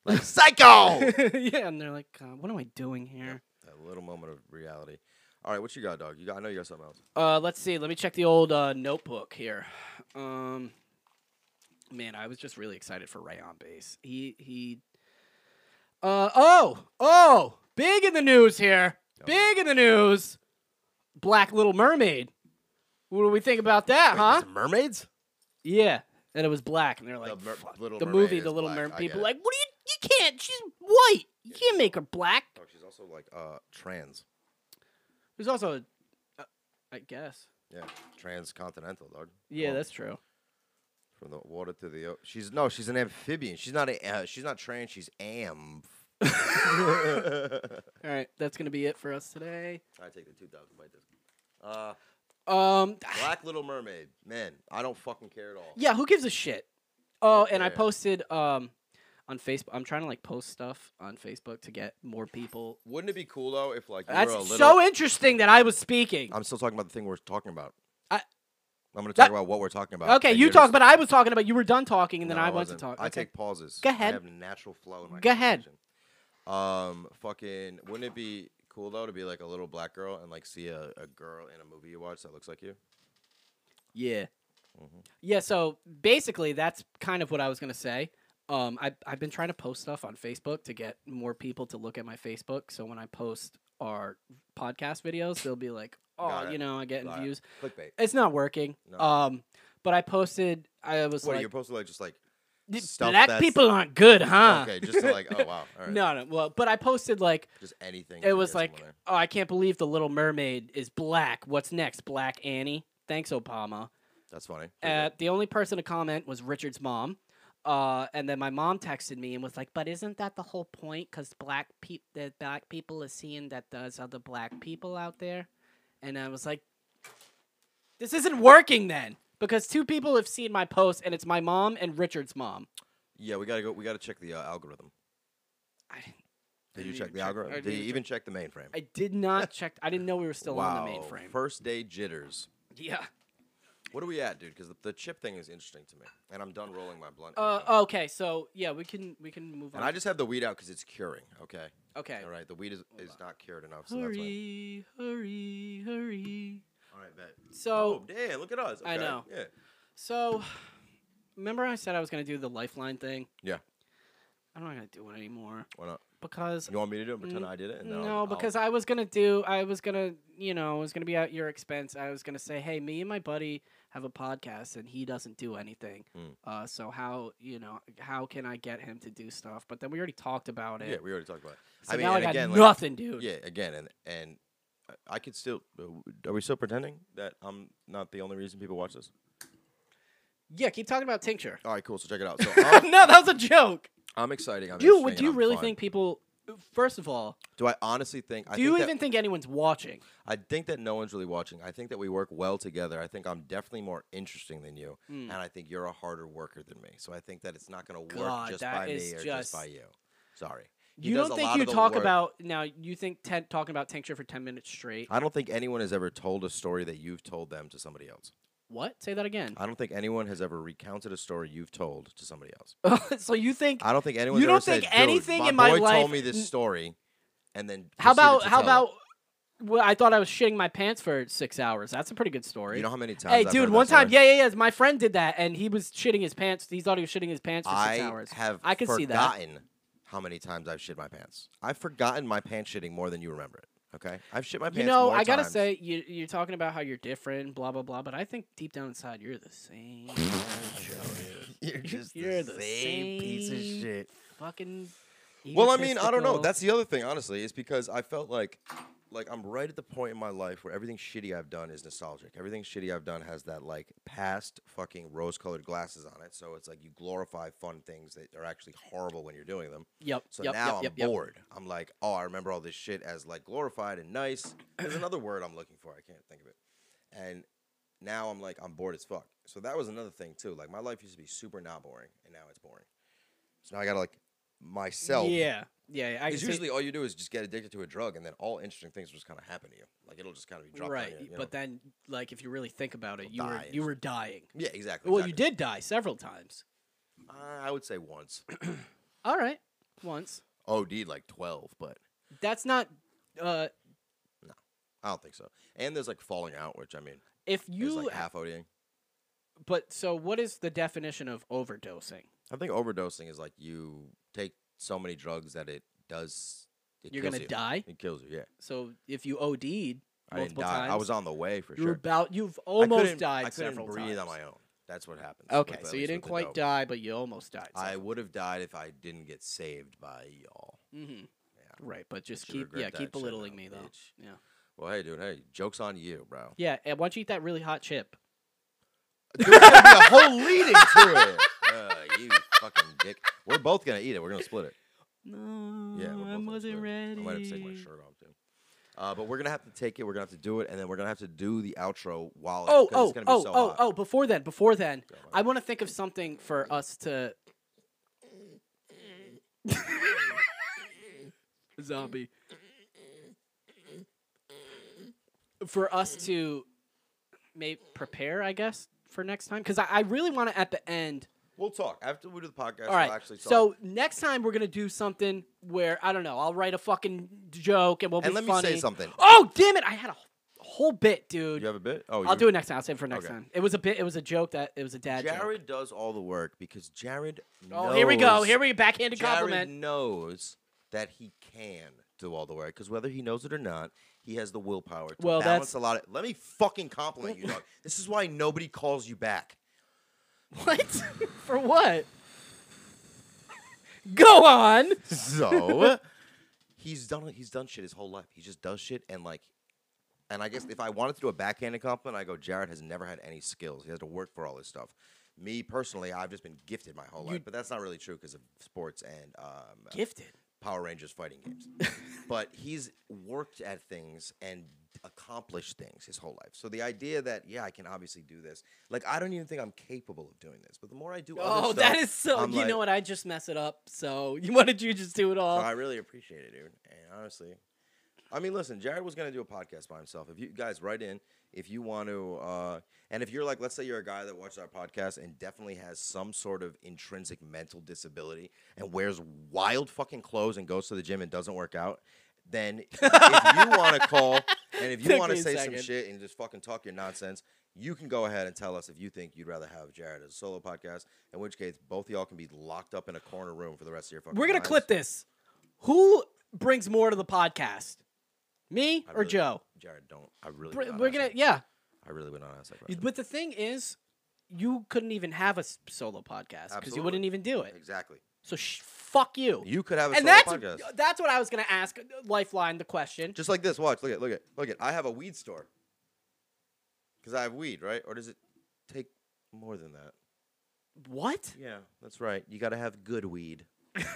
Like psycho.
yeah, and they're like, God, what am I doing here?
that little moment of reality. All right, what you got, dog? You got? I know you got something else.
Uh, let's see. Let me check the old uh, notebook here. Um, man, I was just really excited for Ray on base. He he. Uh oh oh! Big in the news here. Big in the news. Black Little Mermaid. What do we think about that, huh?
mermaids?
Yeah, and it was black, and they're like,
the mer-
"Fuck."
little
the
mermaid
movie,
is
The Little
black.
Mermaid.
I
People
get it.
like, what do you? You can't. She's white. You can't make her black.
Oh, she's also like uh trans.
There's also, a, uh, I guess.
Yeah, transcontinental dog.
Yeah,
Oh,
that's true.
from the water to the. o- She's no, she's an amphibian. She's not a. Uh, she's not trans. She's am.
All right, that's gonna be it for us today.
I take the two thousand bite this. Uh,
Um,
Black Little Mermaid. Man, I don't fucking care at all.
yeah, who gives a shit? Oh, and I
Yeah.
posted um on Facebook. I'm trying to like post stuff on Facebook to get more people.
Wouldn't it be cool though if like you
That's
were a little?
so interesting that I was speaking.
I'm still talking about the thing we're talking about.
I-
I'm gonna
That-
talk about what we're talking about.
okay,
and
you
you're
talk,
just-
but I was talking about you were done talking, and then
No,
I wanted to
wasn't.
talk.
I
Okay.
take pauses.
Go
I
ahead.
have natural flow in my
Go ahead.
conversation. Um, fucking, wouldn't it be cool though to be like a little black girl and like see a, a girl in a movie you watch that looks like you?
Yeah.
Mm-hmm.
Yeah, so basically that's kind of what I was going to say. Um, I, I've been trying to post stuff on Facebook to get more people to look at my Facebook. So when I post our podcast videos, they'll be like,
Got
oh,
it.
you know, I'm getting
Got it.
views.
Clickbait.
It's not working.
No.
Um, but I posted, I was
What are you
like,
posting like just like
"Th-
stuff
black
that's-
people aren't good, huh?
okay, just to, like oh wow, all right.
No, no. Well, but I posted like,
just anything.
it
to
was
get someone
like,
there.
oh, I can't believe the Little Mermaid is black. What's next? Black Annie? Thanks, Obama.
that's funny.
Uh,
Clickbait.
the only person to comment was Richard's mom. Uh, and then my mom texted me and was like, "But isn't that the whole point? Because black peop the black people is seeing that there's other black people out there." And I was like, "This isn't working then, because two people have seen my post, and it's my mom and Richard's mom."
yeah, we gotta go. We gotta check the uh, algorithm.
I didn't-
Did you
didn't
check
even
the
I
algorithm? Did
didn't
you
even
even check the mainframe?
I did not check. I didn't know we were still
wow.
on the mainframe.
First day jitters.
Yeah.
What are we at, dude? Because the, the chip thing is interesting to me, and I'm done rolling my blunt.
Uh, okay, so yeah, we can we can move on.
and I just have the weed out because it's curing. Okay.
okay.
All right. The weed is, is not cured enough. So that's why.
Hurry, hurry, hurry.
All right, bet. Oh,
So
damn! Look at us.
Oh. I
okay,
know.
Yeah.
so, remember I said I was gonna do the lifeline thing.
Yeah.
I'm not gonna do it anymore
Why not?
because
You want me to do it? Pretend I did it? And then I'll-
no,
I'll-
because I was gonna do. I was gonna, you know, I was gonna be at your expense. I was gonna say, hey, me and my buddy have a podcast, and he doesn't do anything.
Mm.
Uh, so how, you know, how can I get him to do stuff? But then we already talked about it.
Yeah, we already talked about it.
so
I mean,
now I
and
got
again, like,
nothing, dude.
Yeah, again, and and I- I could still. uh, Are we still pretending that I'm not the only reason people watch this?
Yeah, keep talking about tincture.
All right, cool. So check it out. So I'm,
no, that was a joke.
I'm exciting. I'm
You
interesting,
would
and
you
I'm
really
fun.
think people? First of all,
Do I honestly think? I
do you
think that-
even think anyone's watching?
I think that no one's really watching. I think that we work well together. I think I'm definitely more interesting than you,
Hmm.
and I think you're a harder worker than me. So I think that it's not going to work
God,
just
that
by me
is
or just,
just-
by you. Sorry. He
You
does
don't
a
think
lot
you
of the
talk
work.
about now? You think ten, talking about tincture for ten minutes straight?
I don't think anyone has ever told a story that you've told them to somebody else.
what? Say that again.
I don't think anyone has ever recounted a story you've told to somebody else.
so you think?
I don't think anyone's
You don't
ever said,
think
"Dude,
anything
my
in my
boy
life-
told me this
n-
story, and then
How
proceeded
about
to
how
tell it."
about? Well, I thought I was shitting my pants for six hours. That's a pretty good story.
you know how many times?
Hey,
I've
dude!
heard
One
that
time,
story?
yeah, yeah, yeah. My friend did that, and he was shitting his pants. He thought he was shitting his pants for
I
six hours.
have
I could see that.
forgotten how many times I've shit my pants. I've forgotten my pants shitting more than you remember it. Okay, I've shit my pants.
You know,
more
I gotta
times.
say, you, you're talking about how you're different, blah blah blah. But I think deep down inside, you're the same.
you're just
you're
the
the
same piece of
same
shit.
Fucking.
Well, I mean, I don't know.
egotistical-
That's the other thing, honestly, is because I felt like, like I'm right at the point in my life where everything shitty I've done is nostalgic. Everything shitty I've done has that like past fucking rose-colored glasses on it. So it's like you glorify fun things that are actually horrible when you're doing them.
Yep.
So
yep,
now
yep, yep,
I'm
yep.
bored. I'm like, oh, I remember all this shit as like glorified and nice. There's another word I'm looking for. I can't think of it. And now I'm like, I'm bored as fuck. So that was another thing too. Like my life used to be super not boring, and now it's boring. So now I gotta like myself.
Yeah. Yeah. yeah, I
Because
can see-
usually all you do is just get addicted to a drug, and then all interesting things just kind of happen to you. Like it'll just kind of be dropped. on
right.
you, you know?
But then, like, if you really think about it, you were
die.
you were dying.
yeah, exactly.
Well, you
exactly.
did die several times.
Uh, I would say once.
All right, once.
OD like twelve, but
That's not. Uh,
I don't think so. And there's like falling out, which I mean,
if
is
you,
like half ODing.
but so what is the definition of overdosing?
I think overdosing is like you take so many drugs that it does. It
You're
kills
gonna
you.
die.
It kills you. Yeah,
So if you OD'd
I didn't
multiple
die.
times,
I was on the way for
you were
sure.
about you've
I
almost
couldn't-
died
I couldn't
several
breathe
times.
on my own. That's what happened.
Okay, so you didn't quite die, but you almost died.
I would have died if I didn't get saved by y'all.
mm-hmm. Right, but just
should
keep
regret
yeah
that
keep
shit now,
belittling me though.
bitch.
Yeah.
Well, hey, dude. Hey, jokes on you, bro.
Yeah, and why don't you eat that really hot chip?
There's gonna be a whole leading to it. Uh, you fucking dick. We're both gonna eat it. We're gonna split it.
No,
Yeah, we're both
Mm, I
gonna
wasn't
split it.
ready.
I might have to take my shirt off too. Uh, but we're gonna have to take it. We're gonna have to do it, and then we're gonna have to do the outro while. it-
Oh,
'cause
oh,
it's gonna be
oh,
so
oh,
hot.
oh! Before then, before then,
my
I want to think of something for us to. Zombie. For us to, may prepare, I guess, for next time, because I, I really want to at the end.
We'll talk after we do the podcast.
All right.
We'll actually talk.
so next time we're gonna do something where I don't know. I'll write a fucking joke and we'll
and
be
let me
funny.
say something.
Oh damn it! I had a wh- whole bit, dude.
You have a bit? Oh,
I'll do it next time. I'll save it for next
Okay.
time. It was a bit. It was a joke that it was a dad joke.
Jared does all the work because Jared.
Oh, here we go.
knows-
Here we backhanded
Jared
compliment.
knows that he can do all the work because whether he knows it or not, he has the willpower to
Well,
balance
that's-
a lot of. Let me fucking compliment you, dog. This is why nobody calls you back.
What? For what? Go on.
So he's done. He's done shit his whole life. He just does shit and like. And I guess if I wanted to do a backhanded compliment, I go. Jared has never had any skills. He has to work for all this stuff. Me personally, I've just been gifted my whole life, but that's not really true because of sports and um, uh,
Gifted.
Power Rangers fighting games. but he's worked at things and accomplished things his whole life. So the idea that yeah, I can obviously do this. Like I don't even think I'm capable of doing this. But the more I do, other
Oh, that
stuff,
is so.
I'm
you
like,
know what? I just mess it up. So you wanted you just do it all.
I really appreciate it, dude. And honestly, I mean, listen, Jared was gonna do a podcast by himself. If you guys write in, if you want to, uh, and if you're like, let's say you're a guy that watches our podcast and definitely has some sort of intrinsic mental disability and wears wild fucking clothes and goes to the gym and doesn't work out, then if you want to call and if you
Took
want to
me a
say some
second.
shit and just fucking talk your nonsense, you can go ahead and tell us if you think you'd rather have Jared as a solo podcast. In which case, both of y'all can be locked up in a corner room for the rest of your fucking.
We're gonna
lives.
clip this. Who brings more to the podcast, me
I
or
really-
Joe?
Jared, don't. I really.
Br-
would not
We're
ask
gonna
that.
yeah.
I really would not ask that question.
But the thing is, you couldn't even have a s- solo podcast because
Absolutely.
you wouldn't even do it.
Exactly.
So sh- fuck you.
You could have a
and
solo
that's
podcast.
that's what I was gonna ask. uh, Lifeline the question.
Just like this. Watch. Look at. Look at. Look at. I have a weed store. Because I have weed, right? Or does it take more than that?
What?
Yeah, that's right. You got to have good weed.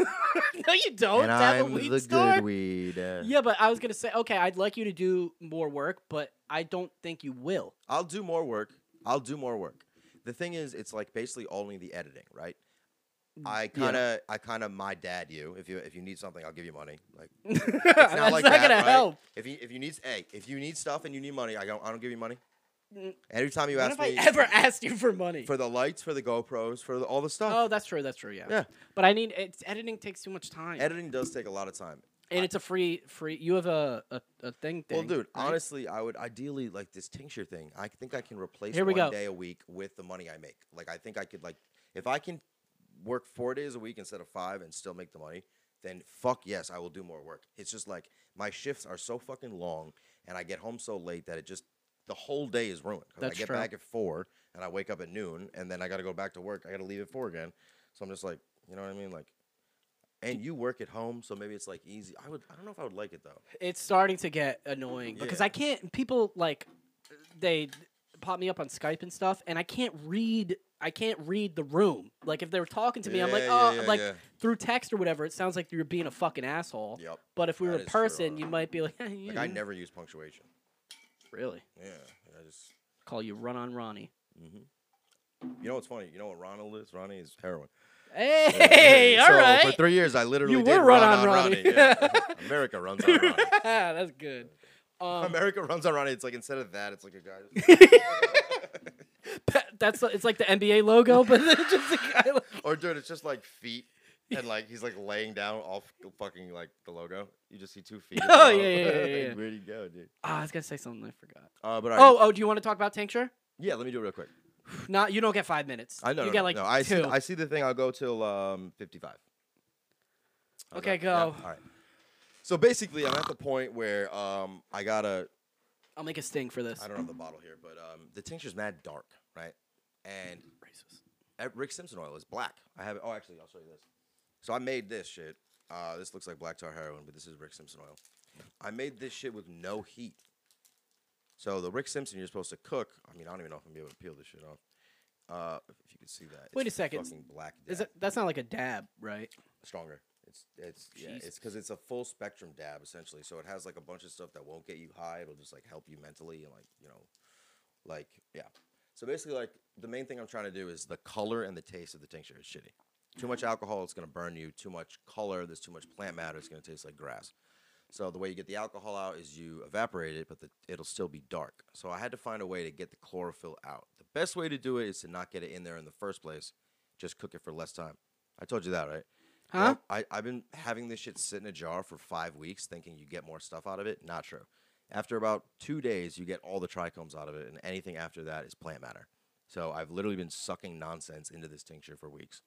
no, you don't.
and
Oh, to have
I'm
a weed
the
store.
good weed. uh,
Yeah, but I was gonna say, okay, I'd like you to do more work, but I don't think you will.
I'll do more work. I'll do more work. The thing is, it's like basically only the editing, right? I kind of, I kind of, my dad, you. If you, if you need something, I'll give you money. Like,
It's not
it's not like that,
gonna
right?
help.
If you, if you need, hey, if you need stuff and you need money, I don't, I don't give you money. Every time you
Mm. What
ask
if
me
I ever asked you for money?
for the lights, for the GoPros, for the, all the stuff,
oh, that's true. That's true. Yeah.
Yeah.
But I need it's editing takes too much time,
editing does take a lot of time.
and it's a free free. You have a a, a thing.
Well,
thing,
dude,
right?
honestly, I would ideally like this tincture thing. I think I can replace
Here we
one
go.
day a week with the money I make. Like, I think I could like if I can work four days a week instead of five and still make the money, then fuck yes, I will do more work. It's just like my shifts are so fucking long, and I get home so late that it just the whole day is ruined. 'Cause I
That's
get
true.
back at four and I wake up at noon, and then I got to go back to work. I got to leave at four again. So I'm just like, you know what I mean, like. And you work at home, so maybe it's like easy. I would, I don't know if I would like it though.
it's starting to get annoying because
Yeah.
I can't. People like they pop me up on Skype and stuff, and I can't read. I can't read the room. Like if they were talking to me, I'm like,
Yeah, yeah,
oh,
yeah,
like
yeah.
through text or whatever. It sounds like you're being a fucking asshole.
Yep.
But if we
That
were
is
in
true,
person, you
huh?
might be like, you
Like I never use punctuation.
really
Yeah, like, I just
call you run on Ronnie.
you know what's funny? You know what Ronald is? Ronnie is heroin.
Hey, all
so
right.
For three years, I literally
You
did
were run on
Ronnie.
Ronnie.
Yeah. America runs on Ronnie.
That's good. Um,
America runs on Ronnie. It's like instead of that, it's like a guy.
that's it's like the NBA logo, but it's just a guy like,
or dude, it's just like feet. And like he's like laying down off fucking like the logo. You just see two feet. at the
Oh,
bottom.
yeah, yeah, yeah, yeah.
Like, Where'd he go, dude?
Ah, I was gonna say something I forgot.
Uh, but all right.
Oh, oh, do you want to talk about tincture?
yeah. Let me do it real quick.
Not you don't get five minutes.
I know.
you
no,
get
no,
like
no. I See,
two.
I see the thing. I'll go till um, 55. How's
Okay,
that? Yeah,
go.
All right. So basically, I'm at the point where um, I gotta.
I'll make a sting for this.
I don't have the bottle here, but um, the tincture's mad dark, right? And
Racist.
uh, Rick Simpson oil is black. I have it. Oh, actually, I'll show you this. So I made this shit. Uh, this looks like black tar heroin, but this is Rick Simpson oil. I made this shit with no heat. So the Rick Simpson you're supposed to cook. I mean, I don't even know if I'm gonna be able to peel this shit off. Uh, if you can see that.
Wait
it's
a second.
Fucking black.
Is
dab.
it that's not like a dab, right?
stronger? It's it's yeah. It's
Jesus.
because it's a full spectrum dab essentially. So it has like a bunch of stuff that won't get you high. It'll just like help you mentally and like you know, like yeah. So basically, like the main thing I'm trying to do is the color and the taste of the tincture is shitty. Too much alcohol, it's gonna burn you. Too much color, there's too much plant matter, it's gonna taste like grass. So the way you get the alcohol out is you evaporate it, but the, it'll still be dark. So I had to find a way to get the chlorophyll out. The best way to do it is to not get it in there in the first place. Just cook it for less time. I told you that, right?
Huh?
Yep. I, I've been having this shit sit in a jar for five weeks, thinking you get more stuff out of it. Not true. After about two days, you get all the trichomes out of it, and anything after that is plant matter. So I've literally been sucking nonsense into this tincture for weeks.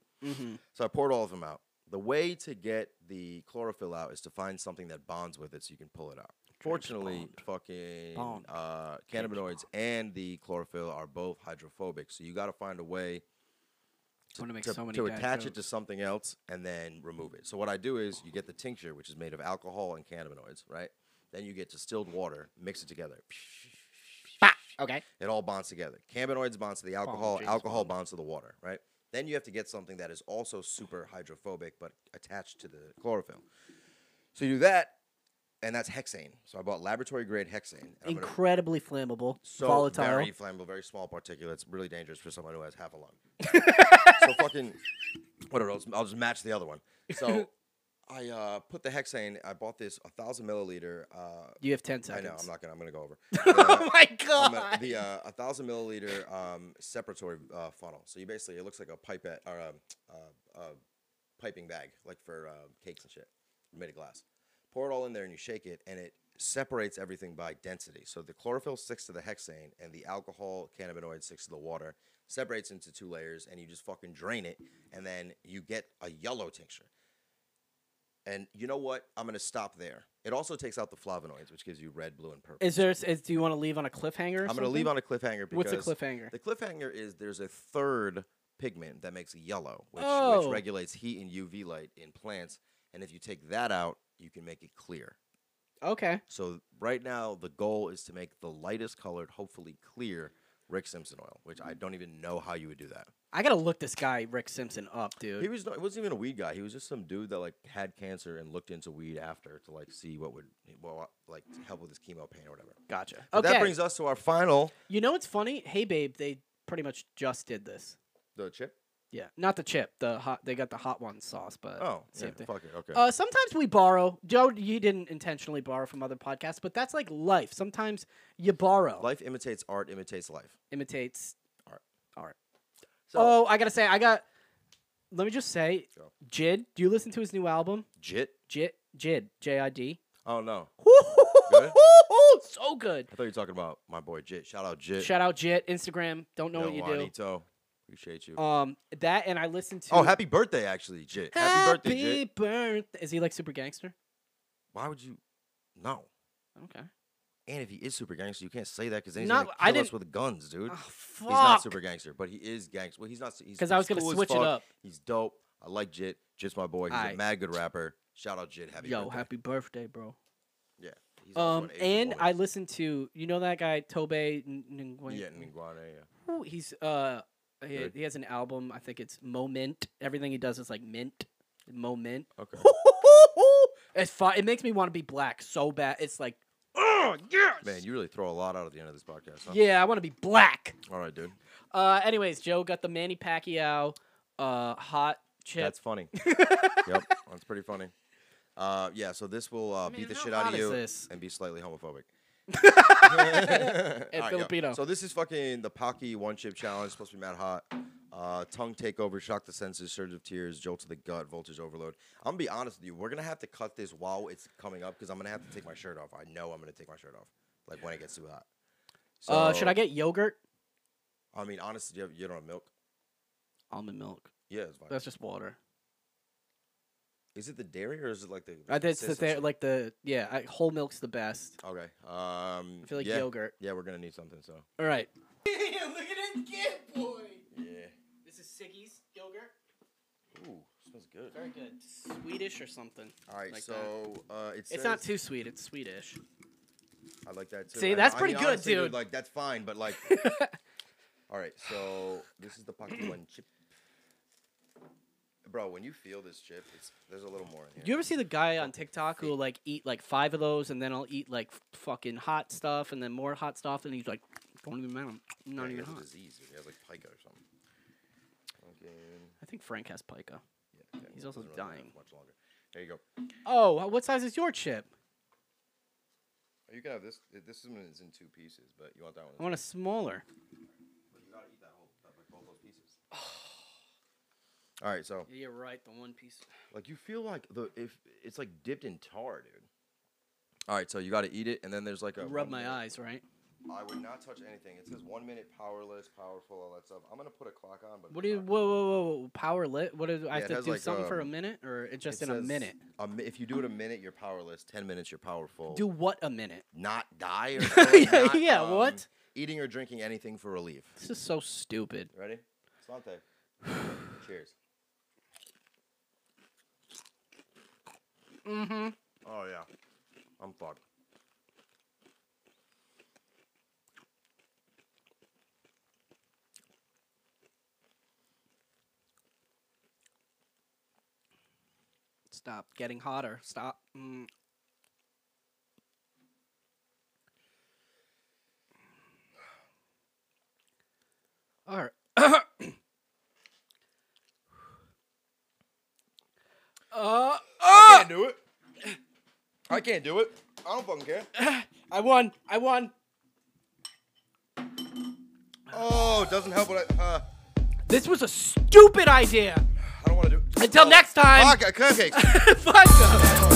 So I poured all of them out. The way to get the chlorophyll out is to find something that bonds with it so you can pull it out. Fortunately, fucking
Bond.
Uh, cannabinoids and the chlorophyll are both hydrophobic, so you got to find a way
I want to make
to,
so many
to
dad
attach it to
jokes.
something else and then remove it. So what I do is you get the tincture, which is made of alcohol and cannabinoids, right? Then you get distilled water, mix it together.
Okay.
It all bonds together. Cannabinoids bonds to the alcohol,
James
alcohol bonds to the water, right? Then you have to get something that is also super hydrophobic but attached to the chlorophyll. So you do that, and that's hexane. So I bought laboratory grade hexane. and I'm gonna-
Incredibly flammable,
so
volatile.
very flammable, very small particulates. Really dangerous for someone who has half a lung. so fucking whatever. I'll just, I'll just match the other one. So I uh, put the hexane. I bought this a thousand milliliter. Uh,
You have ten
I
seconds.
know I'm not gonna. I'm gonna go over. uh, The-
Oh my
I'm
god.
a- the uh, a thousand milliliter um, separatory uh, funnel. So you basically it looks like a pipette or a, a, a piping bag, like for uh, cakes and shit, made of glass. Pour it all in there and you shake it, and it separates everything by density. So the chlorophyll sticks to the hexane, and the alcohol cannabinoid sticks to the water. Separates into two layers, and you just fucking drain it, and then you get a yellow tincture. And you know what? I'm gonna stop there. It also takes out the flavonoids, which gives you red, blue, and purple.
Is there? Is, do you want to leave on a cliffhanger? Or
I'm going to leave
something?
on a cliffhanger because
What's a cliffhanger?
The cliffhanger is there's a third pigment that makes yellow, which,
Oh.
which regulates heat and UV light in plants. And if you take that out, you can make it clear.
Okay.
So right now, the goal is to make the lightest colored, hopefully clear, Rick Simpson oil, which I don't even know how you would do that.
I gotta look this guy Rick Simpson up,
He
dude.
was not, he wasn't even a weed guy. He was just some dude that like had cancer and looked into weed after to like see what would well, like help with his chemo pain or whatever.
Gotcha.
But
okay.
That brings us to our final
you know what's funny? Hey, babe, they pretty much just did this.
the chip.
Yeah, not the chip. The hot. They got the hot one sauce, but
Oh,
same
yeah,
thing.
fuck it. Okay.
Uh, sometimes we borrow. Joe, you didn't intentionally borrow from other podcasts, but that's like life. Sometimes you borrow.
Life imitates art, imitates life.
imitates
Art.
art.
So,
oh, I gotta say, I got. Let me just say,
Go.
Jid. Do you listen to his new album?
jit?
Jid, Jid, J I D.
Oh no, Good?
so good.
I thought you were talking about my boy Jit. Shout out Jit.
Shout out Jit. Instagram. Don't know
Yo,
what you
Juanito. Appreciate you.
do. Um, that and I listened to.
oh, happy birthday, actually, Jit. Happy, birthday,
Happy
Jit.
birth- Is he like super gangster?
Why would you? No.
Okay.
And if he is super gangster, you can't say that because then he's
Not-
gonna
I
kill us
didn't-
with guns, dude.
Oh,
he's not
fuck.
super gangster, but he is gangster. Well, he's not. Because
'Cause I was gonna switch it up.
He's dope. I like Jit. Jit's my boy. He's
Aight.
a mad good rapper. Shout out Jit. Happy
Yo,
birthday.
happy birthday, bro.
Yeah. He's also
Um,
an Asian
and
woman.
I listened to you know that guy Tobey N- Nguyen.
yeah, Nguyen, yeah.
Ooh, he's uh he,
Good.
he has an album. I think it's Moment. Everything he does is like mint. Moment.
Okay.
It's fun. It makes me want to be black so bad. It's like,
Man, you really throw a lot out at the end of this podcast. Huh?
yeah, I want to be black.
All right, dude.
Uh, anyways, Joe got the Manny Pacquiao, uh, hot chip.
That's funny. yep, that's pretty funny. Uh, yeah, so this will uh, beat
Man,
the
how
shit out
hot
of
is
you
this?
and be slightly homophobic.
And
Alright, yo,
Filipino.
So this is fucking the Pocky one chip challenge. Supposed to be mad hot. Uh, tongue takeover, shock the senses, surge of tears, jolt to the gut, voltage overload. I'm gonna be honest with you. We're gonna have to cut this while it's coming up because I'm gonna have to take my shirt off. I know I'm gonna take my shirt off, like when it gets too hot. So,
uh, should I get yogurt?
I mean, honestly, you, have, you don't have milk.
Almond milk.
Yeah, it's fine.
That's just water.
is it the dairy or is it like the?
I did sit there
consistency?
like the yeah. I, whole milk's the best.
Okay. Um,
I feel like
yeah.
yogurt.
Yeah, we're gonna need something. So.
All right.
Yeah.
This is Siggy's yogurt.
Ooh, smells good.
Very good. Swedish or something.
All right,
like
so
that.
uh, it
It's not
says-
too sweet. It's Swedish.
I like that too.
See,
And
that's
I
pretty
mean,
good,
honestly,
dude.
Like that's fine, but like. All right, so this is the Pocky One chip. Bro, when you feel this chip, it's there's a little more in
You
here.
ever see the guy on TikTok who will like eat like five of those and then I'll eat like f- fucking hot stuff and then more hot stuff and he's like, don't even matter. I'm
Yeah,
Not
he
even
has a
hot.
disease. dude. He has like pica or something. Fucking-
I think Frank has pica.
yeah, okay,
He's
well,
also
doesn't really matter
dying.
Much longer. There you go.
Oh, uh, what size is your chip?
You can have this. This one is in two pieces, but you want that one?
I want a smaller.
You gotta eat that whole, like both those pieces. All right, so
Yeah, you're right. The one piece.
like you feel like the if it's like dipped in tar, dude. All right, so you got to eat it, and then there's like a
Rub
one
my
minute-
eyes, right?
I would not touch anything. It says one minute, powerless, powerful, all that stuff. I'm gonna put a clock on, but
What do
it's
you?
not.
Whoa, whoa, whoa! whoa, Power lit. What do I
Yeah,
have
it
to
has,
do?
like,
something for a
um,
minute, or it just
It
in a
says
minute?
a mi- if you do it a minute, you're powerless. Ten minutes, you're powerful.
Do what a minute?
not die or something,
Yeah,
not,
yeah,
um,
what?
Eating or drinking anything for relief.
This is so stupid.
Ready? Sante. Cheers.
Mm-hmm.
Oh yeah, I'm fucked.
Stop getting hotter. Stop. Mm. All right. Uh,
I I can't do it. I don't fucking care.
I won. I won.
Oh, it doesn't help. What I, uh,
This was a stupid idea.
I don't want to do. it.
Until next time.
Fuck, cupcakes.
Vodka.